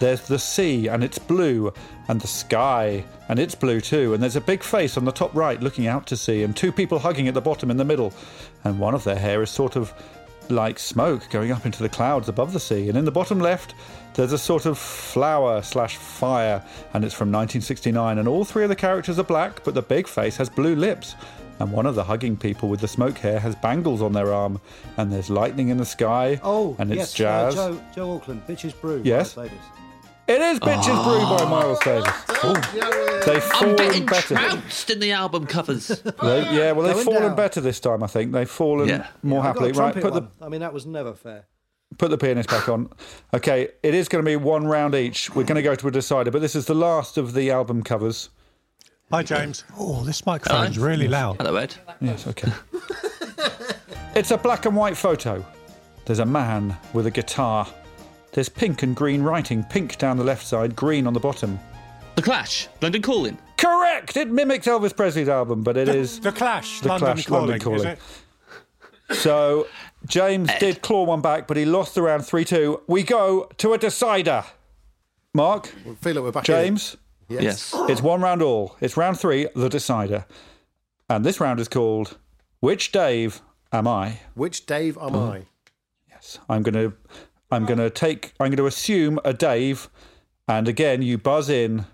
B: There's the sea, and it's blue, and the sky, and it's blue too, and there's a big face on the top right looking out to sea, and two people hugging at the bottom in the middle, and one of their hair is sort of like smoke going up into the clouds above the sea, and in the bottom left, there's a sort of flower slash fire, and it's from 1969, and all three of the characters are black, but the big face has blue lips, and one of the hugging people with the smoke hair has bangles on their arm, and there's lightning in the sky,
L: Oh,
B: and it's
L: yes,
B: jazz.
L: Uh, Joe, Joe Auckland, Bitches Brew.
B: Yes.
L: Miles Davis.
B: It is Bitches Brew by Miles Davis. They've
J: I'm
B: fallen
J: getting
B: better.
J: trounced in the album covers.
B: They- yeah, well, they've
L: Going
B: fallen
L: down.
B: better this time, I think. They've fallen
J: Yeah.
B: more
L: I got
B: happily.
L: a
B: Right,
L: trumpet
B: put
L: one. I mean, that was never fair.
B: the put the pianist back on. Okay, it is going to be one round each. We're going to go to a decider, but this is the last of the album covers.
F: Hi, James. Oh, this microphone's really loud.
J: Hello, Ed.
B: Yes, okay. it's a black and white photo. There's a man with a guitar. There's pink and green writing, pink down the left side, green on the bottom.
J: The Clash, London Calling.
B: Correct! It mimics Elvis Presley's album, but it is
F: The Clash,
B: The
F: London
B: Clash,
F: Calling.
B: London Calling.
F: Is it?
B: So James did claw one back, but he lost the round 3 2. We go to a decider. Mark,
C: I feel like we're back.
B: James,
C: in.
J: Yes.
B: it's one round all. It's round three, the decider. And this round is called Which Dave Am I? Mm.
C: Which Dave am I?
B: I'm gonna I'm gonna take I'm gonna assume a Dave, and again you buzz in,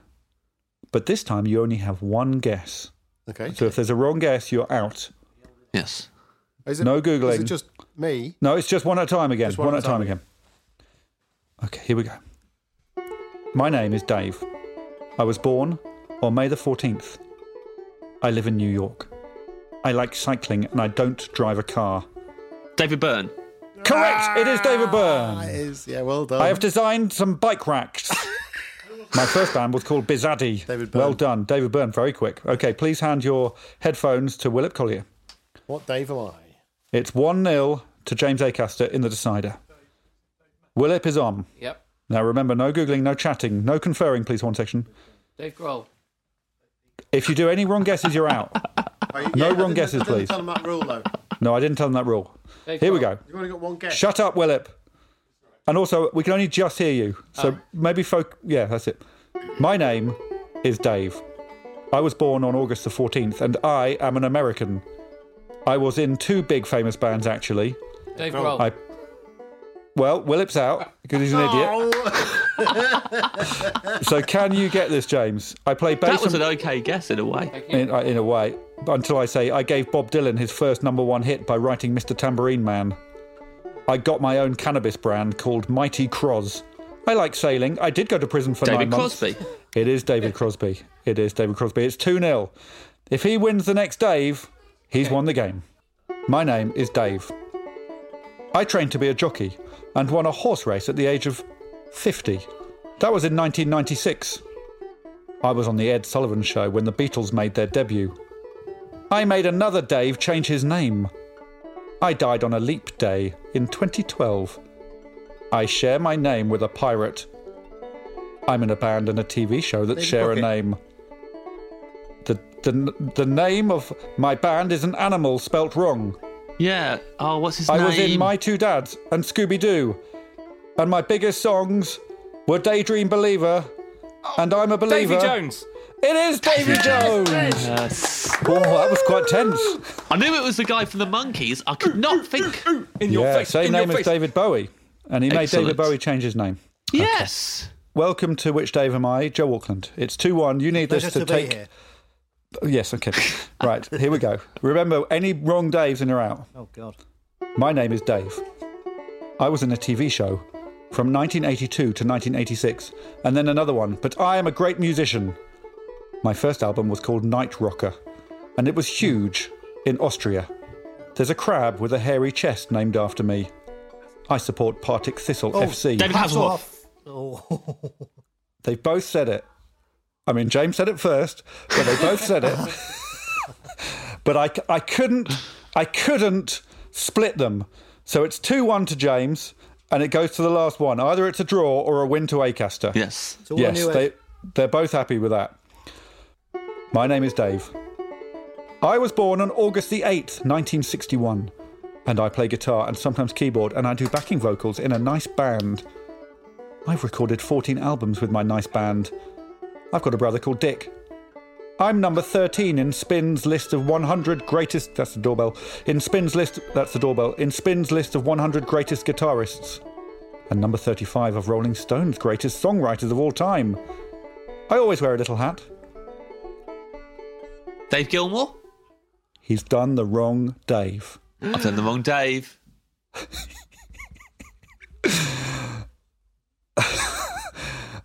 B: but this time you only have one guess.
C: Okay.
B: So if there's a wrong guess, you're out.
J: Yes.
C: Is it,
B: no
C: Is it
B: googling.
C: just me?
B: No, it's just one at a time again.
C: Just
B: One, at a time again. Okay, here we go. My name is Dave. I was born on May the 14th. I live in New York. I like cycling and I don't drive a car.
J: David Byrne.
B: Correct! It is David Byrne.
C: That is, yeah, well done.
B: Um, I have designed some bike racks. My first band was called Bizaddy.
C: David Byrne.
B: Well done, David Byrne. Very quick. Okay, please hand your headphones to Willip Collier.
C: What Dave am I?
B: It's 1 0 to James Acaster in the decider. Willip is on.
G: Yep.
B: Now remember, no Googling, no chatting, no conferring, please, one section.
G: Dave Grohl.
B: If you do any wrong guesses, you're out. No wrong guesses,
C: I didn't
B: please.
C: Tell him that rule though.
B: No, I didn't tell them that rule.
G: Dave
B: Here we go.
G: Grohl.
C: You've only got one guess.
B: Shut up, Willip. And also, we can only just hear you. So maybe folk. Yeah, that's it. My name is Dave. I was born on August the 14th, and I am an American. I was in two big famous bands, actually.
G: Dave Grohl.
B: I. Well, Willip's out because he's an
C: Oh,
B: idiot. So can you get this, James? I play bass
J: That was
B: and-
J: an okay guess in a way.
B: in, uh, in a way until I say I gave Bob Dylan his first number one hit by writing Mr. Tambourine Man. I got my own cannabis brand called Mighty Croz. I like sailing. I did go to prison for nine
J: David
B: months.
J: Crosby.
B: It is David Crosby. It is David Crosby. It's 2 0. If he wins the next Dave, he's won the game. My name is Dave. I trained to be a jockey and won a horse race at the age of 50. That was in 1996. I was on the Ed Sullivan show when the Beatles made their debut. I made another Dave change his name. I died on a leap day in 2012. I share my name with a pirate. I'm in a band and a TV show that
Q: Lady
B: share a
Q: Pocket.
B: name. The, the, the name of my band is an animal spelt wrong.
J: Yeah. Oh, what's his
B: I
J: name?
B: was in My Two Dads and Scooby Doo. And my biggest songs were Daydream Believer and I'm a Believer.
D: Davy Jones.
B: It is Davy Jones. Oh, that was quite tense.
J: I knew it was the guy from the Monkeys. I could not think.
D: In
B: yeah, same name as David Bowie. And he made
J: Excellent.
B: David Bowie change his name.
J: Yes.
B: Welcome to Which Dave Am I? Joe Auckland. It's 2 1. You need this
L: Pleasure
B: to,
L: to be
B: take.
L: here.
B: Yes, okay. right, here we go. Remember, any wrong Daves and you're out.
L: Oh, God.
B: My name is Dave. I was in a TV show from 1982 to 1986, and then another one, but I am a great musician. My first album was called Night Rocker, and it was huge in Austria. There's a crab with a hairy chest named after me. I support Partick Thistle FC.
L: Oh.
B: They've both said it. I mean, James said it first, but they both said it. but I, I couldn't, I couldn't split them. So it's two one to James, and it goes to the last one. Either it's a draw or a win to Acaster.
J: Yes.
L: So what
B: yes,
L: new
B: they,
L: age-
B: they're both happy with that. My name is Dave. I was born on August the 8th, 1961, and I play guitar and sometimes keyboard, and I do backing vocals in a nice band. I've recorded 14 albums with my nice band. I've got a brother called Dick. I'm number 13 in Spin's list of 100 greatest. That's the doorbell. In Spin's list. That's the doorbell. In Spin's list of 100 greatest guitarists. And number 35 of Rolling Stone's greatest songwriters of all time. I always wear a little hat.
J: Dave Gilmore.
B: He's done the wrong Dave.
J: I've done the wrong Dave.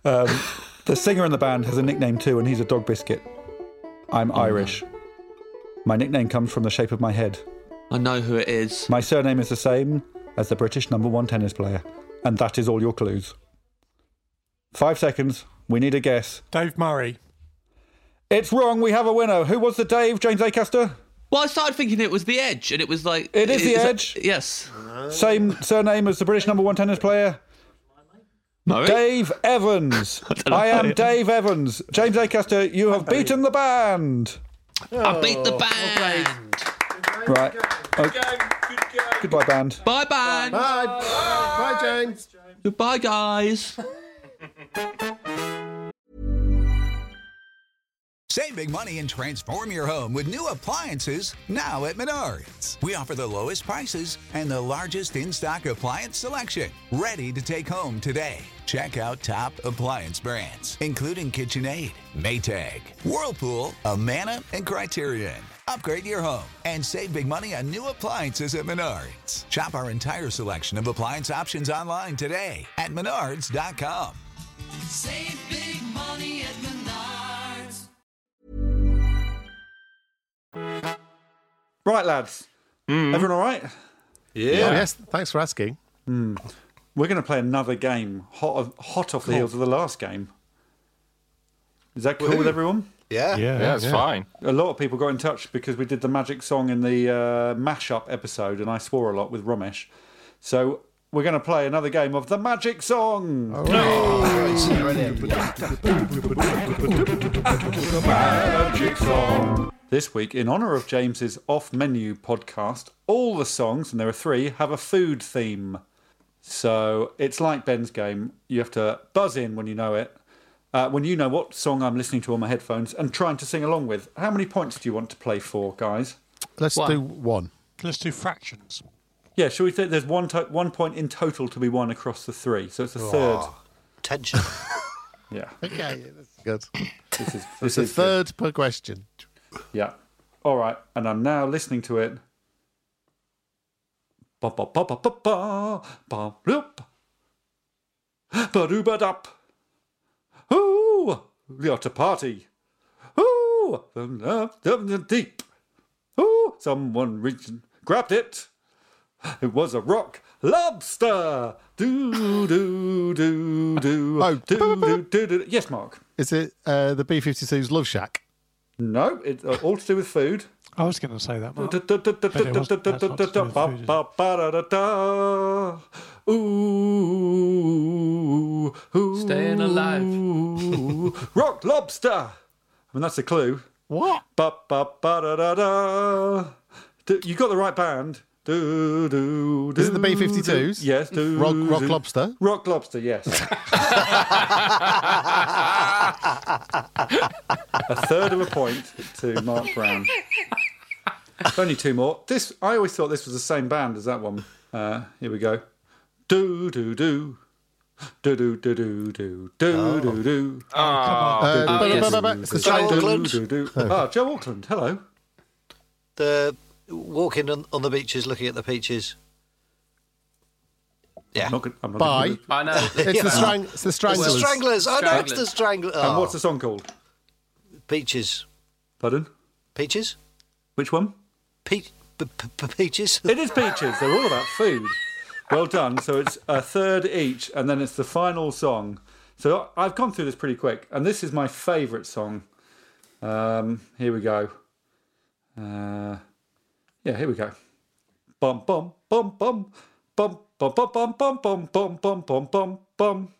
B: Um, the singer in the band has a nickname too, and he's a dog biscuit.
J: Mm.
B: I'm Irish. My nickname comes from the shape of my head.
J: I know who it is.
B: My surname is the same as the British number one tennis player, and that is all your clues. Five seconds. We need a guess.
F: Dave Murray.
B: It's wrong. We have a winner. Who was the Dave? James Acaster?
J: Well, I started thinking it was the Edge, and it was like
B: It is The
J: that-
B: Edge.
J: yes.
B: Same surname as the British number one tennis player?
J: Murray?
B: Dave Evans.
J: don't know.
B: I am Dave Evans. James Acaster, you have beaten the band.
J: I beat the band.
B: Right. Oh. Good Goodbye, band.
J: Bye, band.
C: Bye. Bye, James.
J: Goodbye, guys.
R: Save big money and transform your home with new appliances now at Menards. We offer the lowest prices and the largest in stock appliance selection ready to take home today. Check out top appliance brands, including KitchenAid, Maytag, Whirlpool, Amana, and Criterion. Upgrade your home and save big money on new appliances at Menards. Shop our entire selection of appliance options online today at menards.com.
H: Save big money at Menards.
B: Right, lads. Everyone all right? Mm-hmm. Yeah.
C: Oh, yes, thanks for asking.
B: Hmm. We're going to play another game, hot, of, hot off the heels of the last game. Is that cool with everyone?
E: Yeah.
D: Yeah, it's fine.
B: A lot of people got in touch because we did the magic song in the uh, mashup episode, and I swore a lot with Romesh. So we're going to play another game of the magic song. magic song. This week, in honour of James's off menu podcast, all the songs, and there are three, have a food theme. So it's like Ben's game. You have to buzz in when you know it, uh, when you know what song I'm listening to on my headphones and trying to sing along with. How many points do you want to play for, guys?
C: Let's do one.
F: Let's do fractions.
B: Yeah, shall we say there's one to- one point in total to be won across the three, so it's a third.
E: Tension.
B: Yeah.
C: Okay, that's good.
B: This is
C: It's
B: this
C: a
B: is good.
C: third per question.
B: Yeah. All right, and I'm now listening to it. Ba ba ba ba ba ba ba loop. Ba doo ba dup. Ooh, we are to party. Ooh, from the- from the deep. Ooh, someone reached, and grabbed it. It was a rock lobster. Do do do do.
C: Oh,
B: do do do do. Yes, Mark.
C: Is it uh, the B 52's Love Shack?
B: No, it's uh, all to do with food.
F: I was going to say that. Mark.
B: Ooh,
G: Staying
B: alive. Rock lobster. I mean, that's a clue.
C: What?
B: Ba ba ba da da da. Do- You got the right band. Do do do.
C: Is it the B-52s?
B: do. Yes. Do,
C: Rock-
B: do.
C: Rock Lobster?
B: Rock lobster. Yes. a third of a point to Mark Brown. Only two more. This I always thought this was the same band as that one. Uh, here we go. Do do do. Do do do do do do do do.
E: Uh,
B: Do, do,
E: oh,
B: do,
E: yes.
B: do, do,
E: It's
B: do,
E: Joe
B: do,
E: Auckland.
B: do, do.
E: Oh.
B: Ah, Joe Auckland. Hello.
E: The walking on, on the beaches, looking at the peaches. Yeah.
B: I'm not gonna- I'm not
C: Bye.
B: gonna-
G: I know.
C: It's the, strang- it's the Stranglers.
E: It's the Stranglers. I know it's the Stranglers.
B: And what's the song called?
E: Peaches.
B: Pardon?
E: Peaches?
B: Which one?
E: Pe- p- p- p- peaches?
B: It is peaches. They're all about food. Well done. So it's a third each, and then it's the final song. So I've gone through this pretty quick, and this is my favourite song. Um, here we go. Uh, yeah, here we go. Bum bum bum bum bum bum bum bum bum bum bum bum bum bum bum.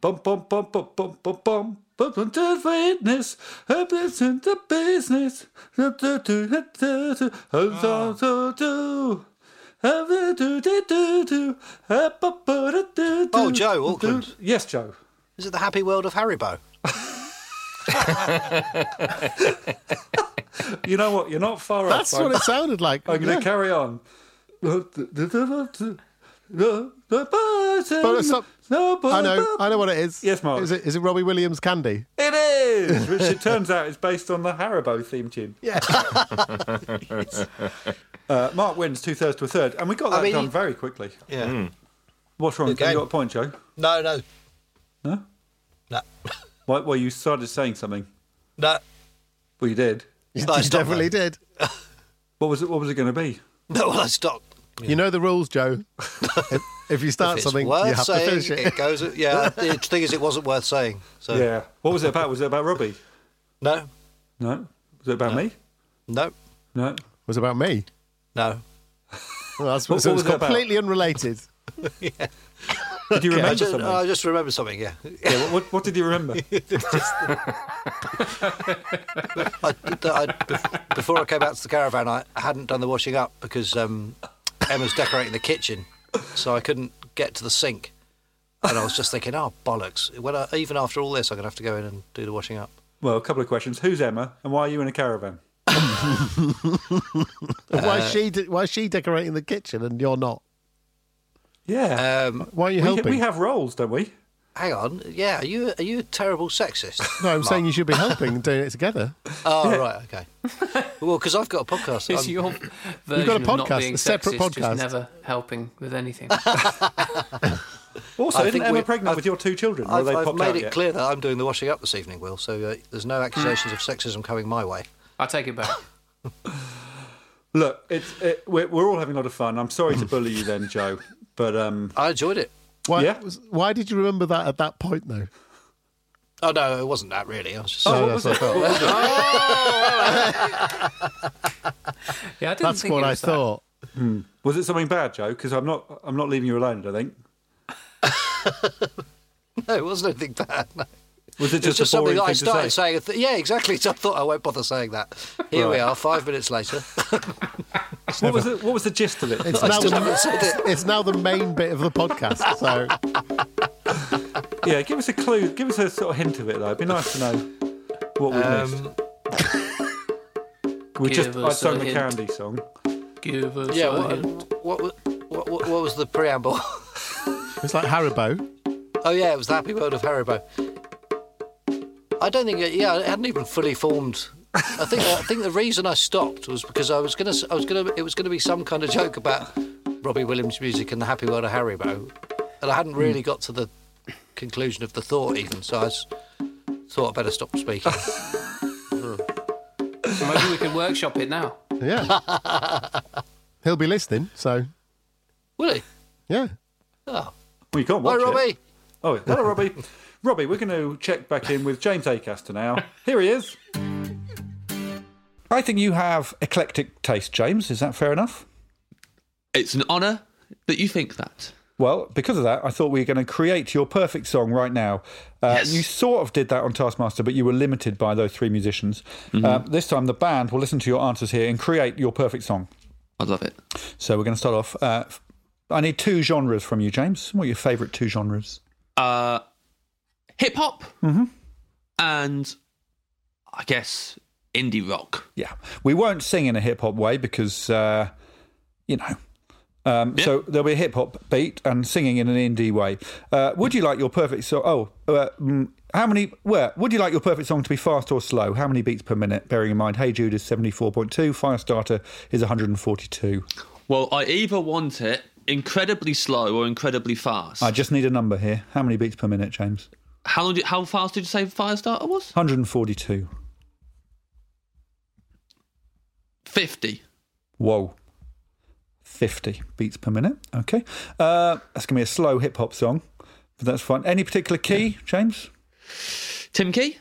B: Bum bum bum bum bum bum bum. Bum to fitness, up into business. Do do do do do do
C: Ah.
B: do do do. Oh,
E: Oh, Joe Auckland.
B: Yes, Joe.
E: Is it the happy world of Haribo?
B: You know what? You're not far
C: That's
B: off. I'm-
C: what it sounded like.
B: I'm going to
C: yeah.
B: carry on.
C: But it's not- I know, I know what it is.
B: Yes, Mark.
C: Is it, is it Robbie Williams Candy?
B: It is, which it turns out is based on the Haribo theme tune.
C: Yeah.
B: uh, Mark wins two thirds to a third, and we got that
E: I mean-
B: done very quickly.
E: Yeah.
C: Hmm.
B: What's wrong?
E: Okay.
B: You got a point, Joe?
E: No, no.
B: No.
E: No.
B: Why? Well, you started saying something.
E: No.
B: Well, you did.
C: You
E: No, stop
C: definitely did.
B: What was it? What was it going to be?
E: No, well, I stopped.
C: You know the rules, Joe. if, if you start
E: It's
C: something, you
E: worth
C: have to
E: saying.
C: finish it.
E: goes. Yeah. the thing is, it wasn't worth saying. So
B: Yeah. What was it about? Was it about Robbie?
E: no,
B: No. Was it about me?
E: no,
B: No.
C: was about me.
E: no.
C: Well, that's
B: What-
C: so
B: what
C: it's
B: was it about?
C: completely unrelated.
B: Did you remember
E: I, just,
B: something?
E: I just remembered something. Yeah.
B: Yeah, what, what, what did you remember?
E: I, did- I, bef- before I came out to the caravan, I hadn't done the washing up because um, Emma's decorating the kitchen, so I couldn't get to the sink. And I was just thinking, oh bollocks! When I, even after all this, I'm gonna have to go in and do the washing up.
B: well, a couple of questions. Who's Emma, and why are you in a caravan?
E: uh,
C: why is she? De- why is she decorating the kitchen and you're not?
B: Yeah.
E: Um,
C: Why are you
B: we,
C: helping?
B: we have roles, don't we?
E: hang on, yeah, are you are you a terrible sexist?
C: no, I'm
E: Mark?
C: saying you should be helping and doing it together.
E: Oh right, okay. Well, because I've got a podcast.
G: It's
E: I'm-
G: your version of
C: podcast,
G: not being
C: a separate
G: sexist,
C: podcast.
G: just never helping with anything.
B: Also,
E: I
B: isn't
E: think
B: Emma
E: we-
B: pregnant with your two children? or
E: I've,
B: they
E: I've
B: popped
E: made
B: out
E: it
B: yet?
E: clear that I'm doing the washing up this evening, Will. So uh, there's no accusations of sexism coming my way.
G: I take it back.
B: Look, it's it, we're, we're all having a lot of fun. I'm sorry to bully you then, Joe, but um,
E: I enjoyed it.
C: Why?
B: Yeah.
C: was- Why did you remember that at that point though?
E: Oh no, it wasn't that really. I was
G: Oh,
E: just.
C: No,
B: Oh, what
C: that's
B: was
C: what I
B: it?
C: thought.
B: What was it?
G: Yeah, I didn't
C: That's
G: think
C: what
G: it
C: I
G: was that.
C: thought.
B: Hmm. Was it something bad, Joe? Because I'm not I'm not leaving you alone. I don't think.
E: No, it wasn't anything bad. No.
B: Was it
E: It's just,
B: just, a
E: something
B: boring
E: that
B: thing
E: I
B: to
E: started
B: say?
E: saying. Th- yeah, exactly. So I thought I won't bother saying that. Here we
B: Right.
E: are, five minutes later.
B: What was it? What was the gist of it?
C: It's now,
E: still haven't said
C: the,
E: it.
C: it's now the main bit of the podcast. So
B: yeah, give us a clue. Give us a sort of hint of it, though. It'd be nice to know what we missed. We
G: Um, Give
B: just I
G: us
B: sung
G: a
B: the
G: hint.
B: Candy song.
G: Give us
E: yeah.
G: a
E: What,
G: hint.
E: what, wa- what, what, what was the preamble?
C: it's like Haribo.
E: oh yeah, it was the Happy World of Haribo. I don't think. it- Yeah, it hadn't even fully formed. I think. I think the reason I stopped was because I was gonna. s- I was gonna. It was gonna be some kind of joke about Robbie Williams' music and the Happy World of Haribo, and I hadn't
G: Hmm.
E: really got to the conclusion of the thought even. So I s- thought I would better stop speaking.
G: So maybe we can workshop it now.
C: Yeah. He'll be listening, so
E: Will he?
C: Yeah.
E: Oh.
B: Well, you can't watch it.
E: Hi, Robbie.
B: Oh, hello, Robbie. Robbie, we're going to check back in with James Acaster now. Here he is. I think you have eclectic taste, James. Is that fair enough?
J: It's an honour that you think that.
B: Well, because of that, I thought we were going to create your perfect song right now. Uh, You sort of did that on Taskmaster, but you were limited by those three musicians.
J: Mm-hmm.
B: Uh, this time, the band will listen to your answers here and create your perfect song.
J: I love it.
B: So we're going to start off. Uh, I need two genres from you, James. What are your favourite two genres?
J: Uh, Hip hop
B: Mm-hmm.
J: and I guess indie rock.
B: Yeah, we won't sing in a hip hop way because uh, you know. Um, So there'll be a hip hop beat and singing in an indie way. Uh, would you like your perfect song? Oh, uh, mm, how many? Where would you like your perfect song to be fast or slow? How many beats per minute? Bearing in mind, Hey Jude is seventy four point two. Firestarter is one hundred and forty two.
J: Well, I either want it incredibly slow or incredibly fast.
B: I just need a number here. How many beats per minute, James?
J: How long? Did, how fast did you say Firestarter was?
B: One hundred and forty two.
J: Fifty.
B: Whoa. 50 beats per minute. Okay. Uh, that's going to be a slow hip hop song, but that's fine. Any particular key, James?
J: Tim Key.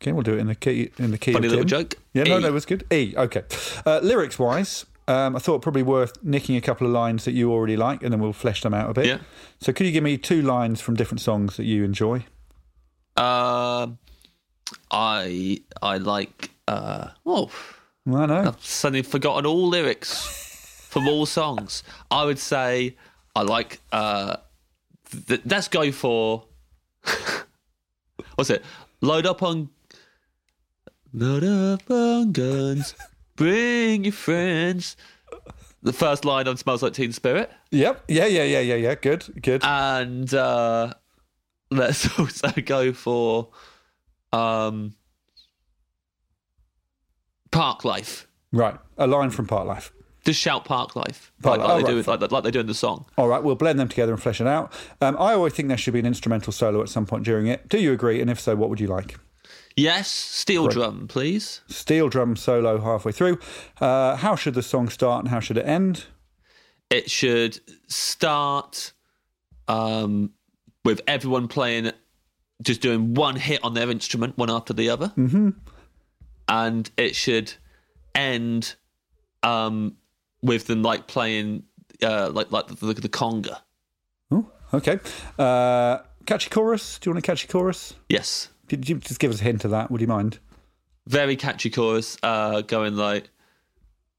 B: Okay, we'll do it in the key in the key.
J: Funny
B: of
J: little
B: Tim.
J: joke.
B: Yeah, no,
J: E.
B: no, it was good. E. Okay. Uh, lyrics wise, um, I thought probably worth nicking a couple of lines that you already like, and then we'll flesh them out a bit.
J: Yeah.
B: So, could you give me two lines from different songs that you enjoy?
J: Um, I I like. Uh, oh,
B: I know.
J: I've suddenly forgotten all lyrics from all songs. I would say I like. Uh, th- let's go for. what's it? Load up on. Load up on guns. Bring your friends. The first line on "Smells Like Teen Spirit."
B: Yep. Yeah. Yeah. Yeah. Yeah. Yeah. Good. Good.
J: And uh, let's also go for um, Park Life.
B: Right. A line from Part Life.
J: Just shout Park Life,
B: Park Life.
J: like, like
B: Oh,
J: they do,
B: right.
J: like, like they do in the song.
B: All right, we'll blend them together and flesh it out. Um, I always think there should be an instrumental solo at some point during it. Do you agree? And if so, what would you like?
J: Yes, steel drum, please.
B: Steel drum solo halfway through. Uh, how should the song start and how should it end?
J: It should start um, with everyone playing, just doing one hit on their instrument, one after the other.
B: Mm-hmm.
J: and it should end um, with them like playing uh, like like the, the conga.
B: Okay. Uh, catchy chorus. Do you want a catchy chorus?
J: Yes,
B: Could you just give us a hint of that? Would you mind?
J: very catchy chorus uh, going like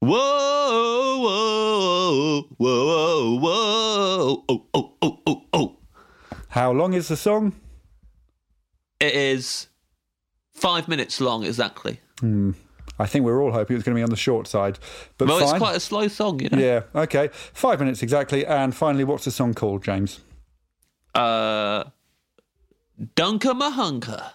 J: whoa whoa whoa whoa whoa oh oh oh oh oh.
B: How long is the song?
J: It is five minutes long exactly.
B: Hmm. I think we were all hoping it was going to be on the short side, but
J: well,
B: fine.
J: it's quite a slow song, you know.
B: yeah. Okay. Five minutes exactly. And finally, what's the song called, James?
J: Uh, Dunker Mahunker.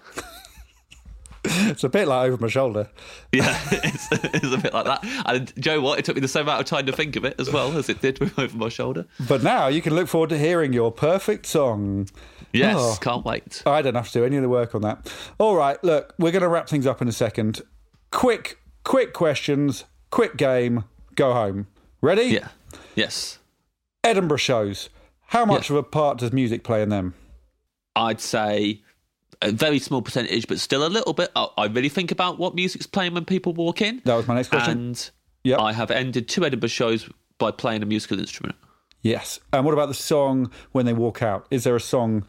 B: it's a bit like over my shoulder.
J: Yeah, it's, it's a bit like that. And do you know what? It took me the same amount of time to think of it as well as it did with over my shoulder.
B: But now you can look forward to hearing your perfect song.
J: Yes,
B: Oh.
J: can't wait.
B: I don't have to do any of the work on that. All right, look, we're going to wrap things up in a second. Quick, quick questions, quick game, go home. Ready? Yeah.
J: Yes,
B: Edinburgh shows. How much of a part does music play in them?
J: I'd say a very small percentage, but still a little bit. I, I really think about what music's playing when people walk in.
B: That was my next question.
J: And I have ended two Edinburgh shows by playing a musical instrument.
B: Yes. And what about the song when they walk out? Is there a song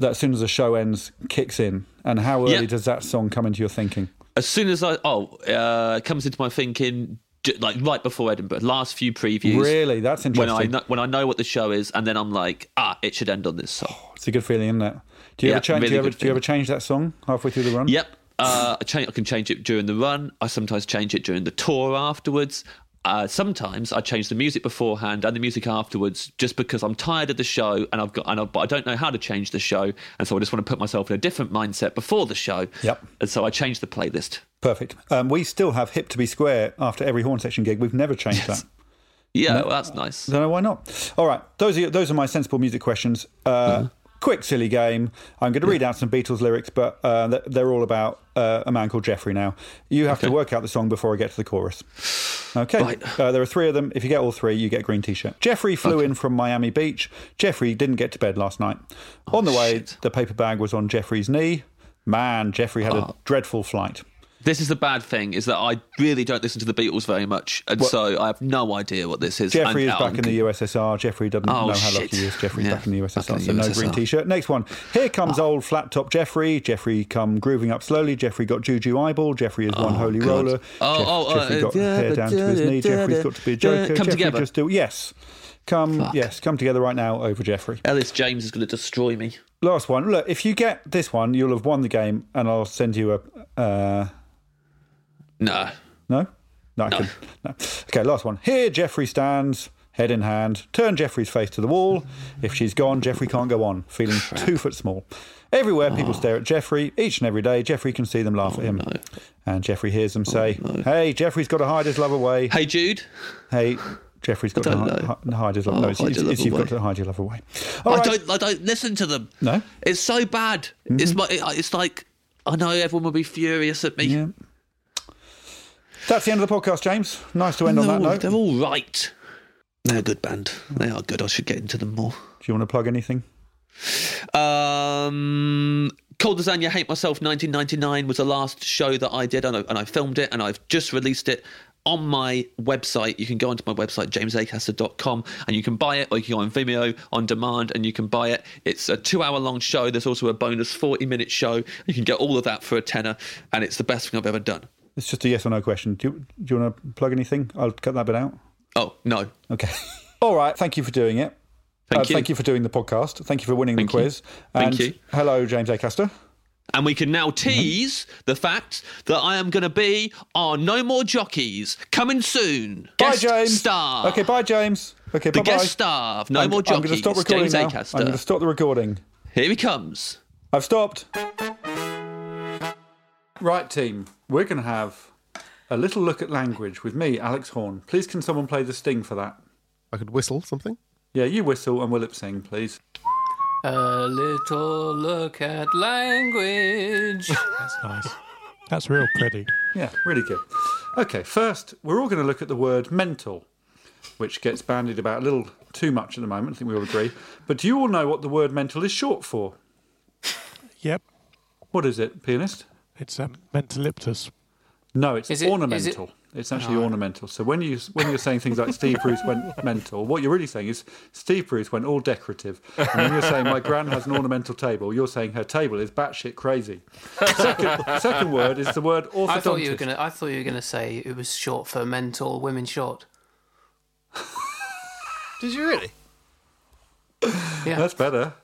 B: that as soon as the show ends kicks in? And how early
J: Yeah.
B: does that song come into your thinking?
J: As soon as I oh, uh, it comes into my thinking j- like right before Edinburgh, last few previews.
B: Really? That's
J: When I
B: interesting.
J: know, when I know what the show is, and then I'm like, ah, it should end on this song.
B: It's a good feeling, isn't it? Do you
J: Yeah,
B: ever change? do,
J: really
B: you ever,
J: good
B: do you ever
J: feeling.
B: change that song halfway through the run?
J: Yep. Uh, I, change, I can change it during the run. I sometimes change it during the tour afterwards. Uh, sometimes I change the music beforehand and the music afterwards, just because I'm tired of the show and I've got, and I, but I don't know how to change the show, and so I just want to put myself in a different mindset before the show. Yep. And so I change the playlist.
B: Perfect. Um, we still have "Hip to Be Square" after every horn section gig. We've never changed that.
J: Yeah, well, that's nice.
B: Don't know why not. All right, those are those are my sensible music questions. Uh, quick, silly game. I'm going to read out some Beatles lyrics, but uh, th- they're all about uh, a man called Jeffrey now. You have to work out the song before I get to the chorus. Okay. Uh, there are three of them. If you get all three, you get a green t shirt. Jeffrey flew in from Miami Beach. Jeffrey didn't get to bed last night. on the way, the paper bag was on Jeffrey's knee. Man, Jeffrey had a dreadful flight.
J: This is the bad thing is that I really don't listen to the Beatles very much, and
B: Well-
J: so I have no idea what this is.
B: Jeffrey
J: I'm-
B: is back in the
J: I'm-
B: USSR. Jeffrey doesn't
J: um, Oh,
B: know how
J: shit.
B: lucky he is. Jeffrey's
J: Yeah,
B: back in the USSR,
J: back in
B: so
J: the
B: no green
J: USSR.
B: t-shirt. Next one. Here comes
J: Ah.
B: old flat top Jeffrey. Jeffrey come grooving up slowly. Jeffrey got juju eyeball. Jeffrey is one holy
J: God.
B: roller.
J: Oh, oh, uh,
B: Jeffrey got
J: yeah,
B: hair
J: but
B: down to his
J: da-
B: knee.
J: da-
B: Jeffrey's
J: da-
B: got to be a
J: da-
B: joker.
J: come
B: Jeffrey
J: together.
B: just do yes. Come yes, come together right now over Jeffrey.
J: Ellis James is going to destroy me.
B: Last one. Look, if you get this one, you'll have won the game, and I'll send you a. Uh...
J: No.
B: No. No. I can- no. Okay. Last one. Here, Jeffrey stands, head in hand. Turn Jeffrey's face to the wall. If she's gone, Jeffrey can't go on, feeling two foot small. Everywhere
J: Ah.
B: people stare at Jeffrey. Each and every day, Jeffrey can see them laugh
J: Oh,
B: at him, and Jeffrey hears them say, "Hey, Jeffrey's got to hide his love away."
J: Hey, Jude.
B: Hey, Jeffrey's got to hi- hi- hide his love.
J: Oh,
B: no, it's,
J: hide
B: it's,
J: your love
B: it's you've got
J: away.
B: to hide your love away.
J: I don't. I don't listen to them.
B: No. Mm-hmm.
J: It's so bad. It's my. It's like I know everyone will be furious at me.
B: That's the end of the podcast, James. Nice to end on
J: They're
B: that
J: all-
B: note.
J: They're all right. They're a good band. They are good. I should get into them more.
B: Do you want to plug anything?
J: Um, Cold Lasagna Hate Myself 1999 was the last show that I did, and I, and I filmed it, and I've just released it on my website. You can go onto my website, jamesacaster.com, and you can buy it, or you can go on Vimeo on demand, and you can buy it. It's a two hour long show. There's also a bonus 40 minute show. You can get all of that for a tenner, and it's the best thing I've ever done.
B: It's just a yes or no question. Do you, do you want to plug anything? I'll cut that bit out.
J: Oh, no.
B: Okay. All right. Thank you for doing it. Uh,
J: Thank you.
B: Thank you for doing the podcast. Thank you for winning the
J: you.
B: quiz.
J: Thank
B: and
J: you.
B: Hello, James Acaster.
J: And we can now tease the fact that I am going to be on No More Jockeys coming soon.
B: Bye,
J: Guest
B: James.
J: Star.
B: Okay. Bye, James. Okay.
J: The
B: bye.
J: guest star of No
B: I'm,
J: More
B: I'm going to
J: Jockeys,
B: stop recording
J: James
B: now.
J: Acaster.
B: I'm going to stop the recording.
J: Here he comes.
B: I've stopped. Right, team. We're going to have a little look at language with me, Alex Horn. Please, can someone play the sting for that?
C: I could whistle something.
B: Yeah, you whistle and we'll lip sing, please.
G: A little look at language. That's
F: nice. That's real pretty.
B: Yeah, really good. Okay, first, we're all going to look at the word mental, which gets bandied about a little too much at the moment. I think we all agree. But do you all know what the word mental is short for?
F: Yep.
B: What is it, pianist?
F: It's um, mentoliptus.
B: No, it's
F: Is it- is it-
B: ornamental. It's actually
F: Oh.
B: ornamental. So when you when you're saying things like Steve Bruce went mental, what you're really saying is Steve Bruce went all decorative. And when you're saying my gran has an ornamental table, you're saying her table is batshit crazy. Second, second word is the word orthodontist.
G: I thought you were gonna. I thought you were gonna say it was short for mental women short.
E: Did you really?
G: Yeah.
B: That's better.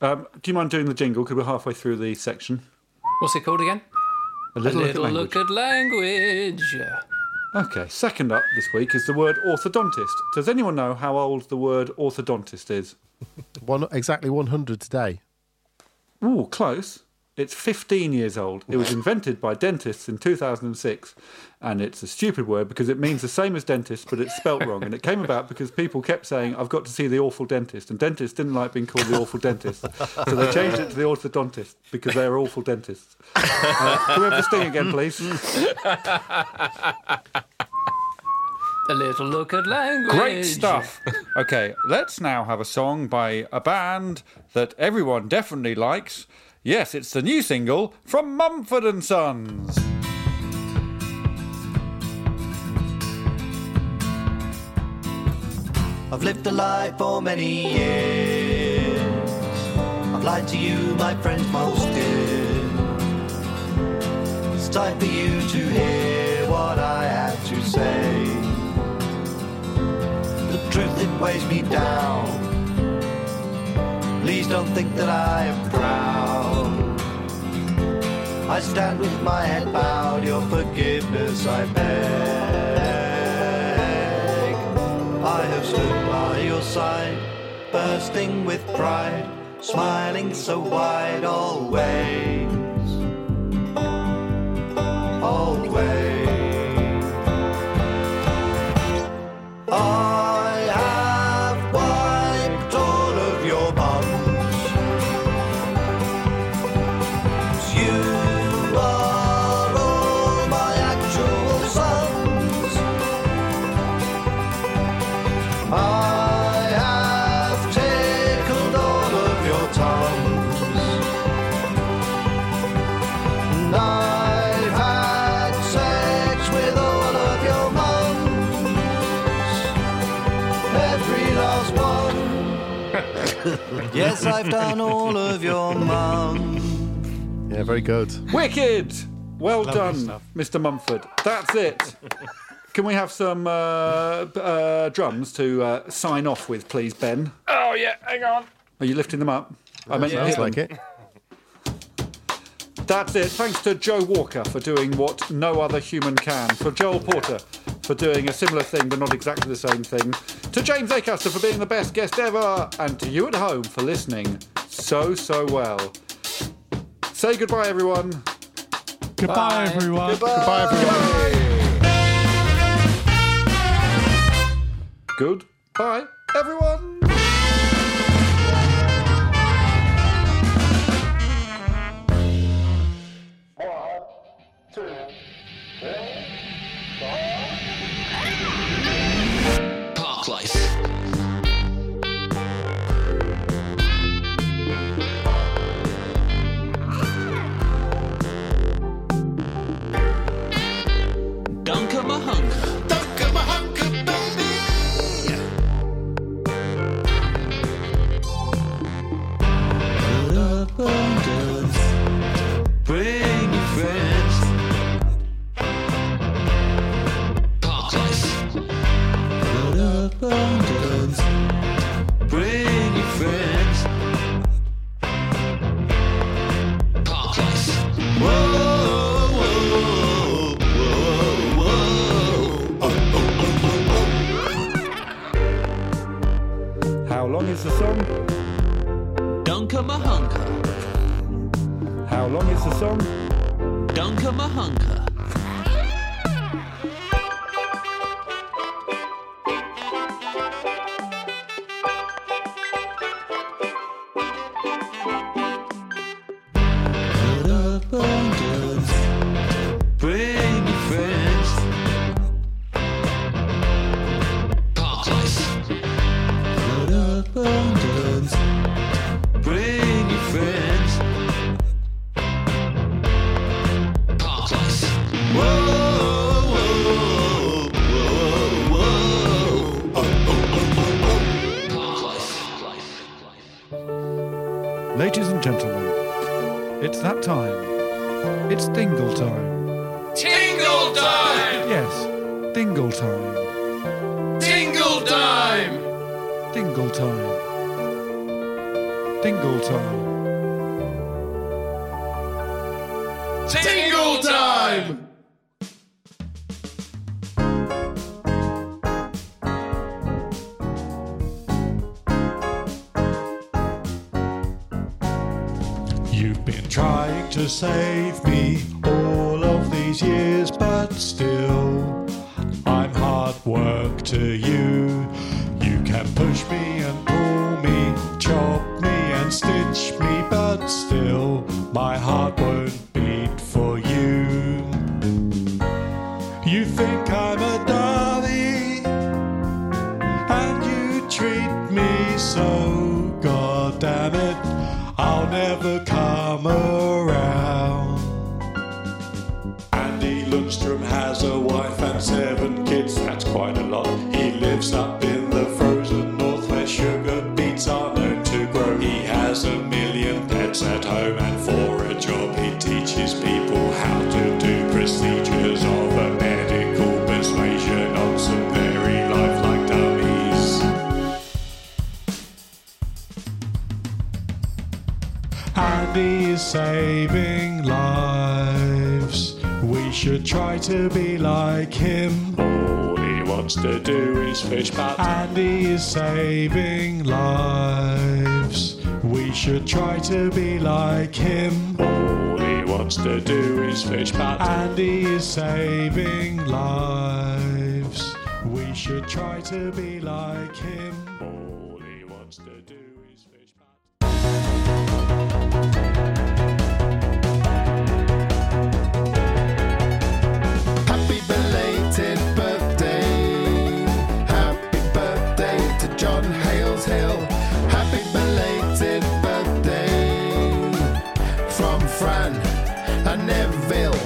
B: um, do you mind doing the jingle? Because we're halfway through the section.
G: What's it called again?
B: A little,
G: a
B: look at
G: little
B: language.
G: look at language.
B: Okay, second up this week is the word orthodontist. Does anyone know how old the word orthodontist is?
C: One exactly 100 today.
B: Ooh, close. It's 15 years old. It was invented by dentists in 2006, and it's a stupid word because it means the same as dentist, but it's spelt wrong. And it came about because people kept saying, I've got to see the awful dentist, and dentists didn't like being called the awful dentist. So they changed it to the orthodontist because they are awful dentists. Uh, can we have the sting again, please?
G: A little look at language.
B: Great stuff. Okay, let's now have a song by a band that everyone definitely likes. Yes, it's the new single from Mumford and Sons.
L: I've lived a lie for many years. I've lied to you, my friend, most dear. It's time for you to hear what I have to say. The truth it weighs me down. Please don't think that I am proud. I stand with my head bowed, your forgiveness I beg. I have stood by your side, bursting with pride, smiling so wide always. Always. I have wiped all of your bums. yes, I've done all of your mum.
S: Yeah, very good.
B: Wicked! Well
S: Lovely
B: done,
S: stuff.
B: Mr. Mumford. That's it. Can we have some uh, b- uh, drums to uh, sign off with, please, Ben?
D: Oh, yeah, hang on.
B: Are you lifting them up? I meant
D: Sounds
B: hit them.
D: like
S: it.
B: That's it. Thanks to Joe Walker for doing what no other human can. For Joel Porter for doing a similar thing but not exactly the same thing. To James Acaster for being the best guest ever. And to you at home for listening so, so well. Say goodbye, everyone.
T: Goodbye, everyone.
B: Goodbye, everyone. Goodbye, everyone.
H: Park life. Dunker Mahunker. Dunker Mahunker, baby. Abundance. Bring your friends. Park life. Abundance. Bring your friends. Park life. Whoa, whoa, whoa, whoa.
B: How long is the song?
H: Dunker Mahunker.
B: How long is the song?
H: Dunker Mahunker. Abundance. Bring your friends. Park life. Abundance. Bring your friends. Park life. Whoa, whoa, whoa, whoa. Park life.
B: Ladies and gentlemen, it's that time. It's dingle time.
U: Tingle time!
B: Yes, dingle time.
U: Tingle time!
B: Dingle time. Dingle time.
U: Tingle time!
V: You've been trying to save me all of these years, but still, I'm hard work to you. You can push me and pull me, chop me and stitch me, but still, my heart won't beat for you. You think I'm a dolly, and you treat me so, god damn it. I'll never come around. Andy Lundstrom has a wife and seven kids, that's quite a lot. He lives up in the frozen north where sugar beets are known to grow. He has a million pets at home, and for a job he teaches people how to do procedures of a medical persuasion on some very lifelike dummies. Andy is saving lives. We should try to be like him. All he wants to do is fish, but Andy is saving lives. We should try to be like him. All he wants to do is fish, but Andy is saving lives. We should try to be like him. All he wants to do is fish.
C: Happy belated birthday. Happy birthday to John Hales Hill. Happy belated birthday from Fran and Neville.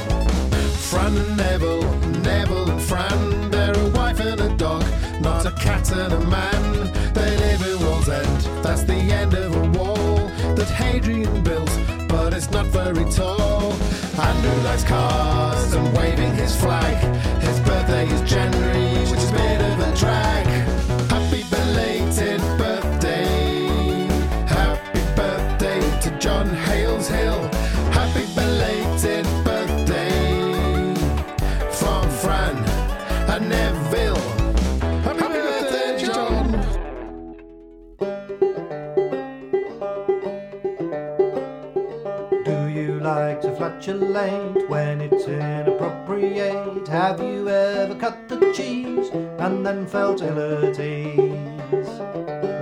C: Fran and Neville, Neville and Fran, they're a wife and a dog, not a cat and a man. They live in Wall's End, That's the end of a wall that Hadrian built, but it's not very tall. Andrew likes cars and waving his flag. His birthday is January, which is a bit of a drag. Happy belated birthday. Happy birthday to John Hales Hill. Happy belated birthday from Fran and Neville. Happy, birthday, John.
L: Do you like to flatulate when it's inappropriate? Have you ever cut the cheese and then felt abilities?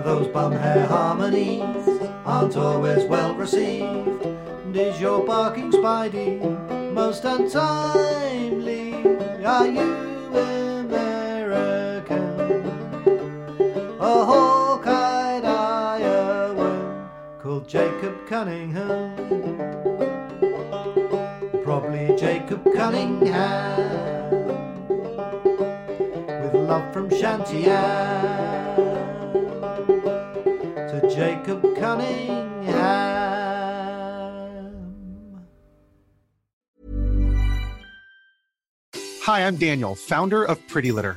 L: Those bum hair harmonies aren't always well received. And is your barking spidey most untimely? Are you American? A hawk-eyed Iowan called Jacob Cunningham. Probably Jacob Cunningham with love from Shantyam to Jacob Cunningham.
W: Hi, I'm Daniel, founder of Pretty Litter.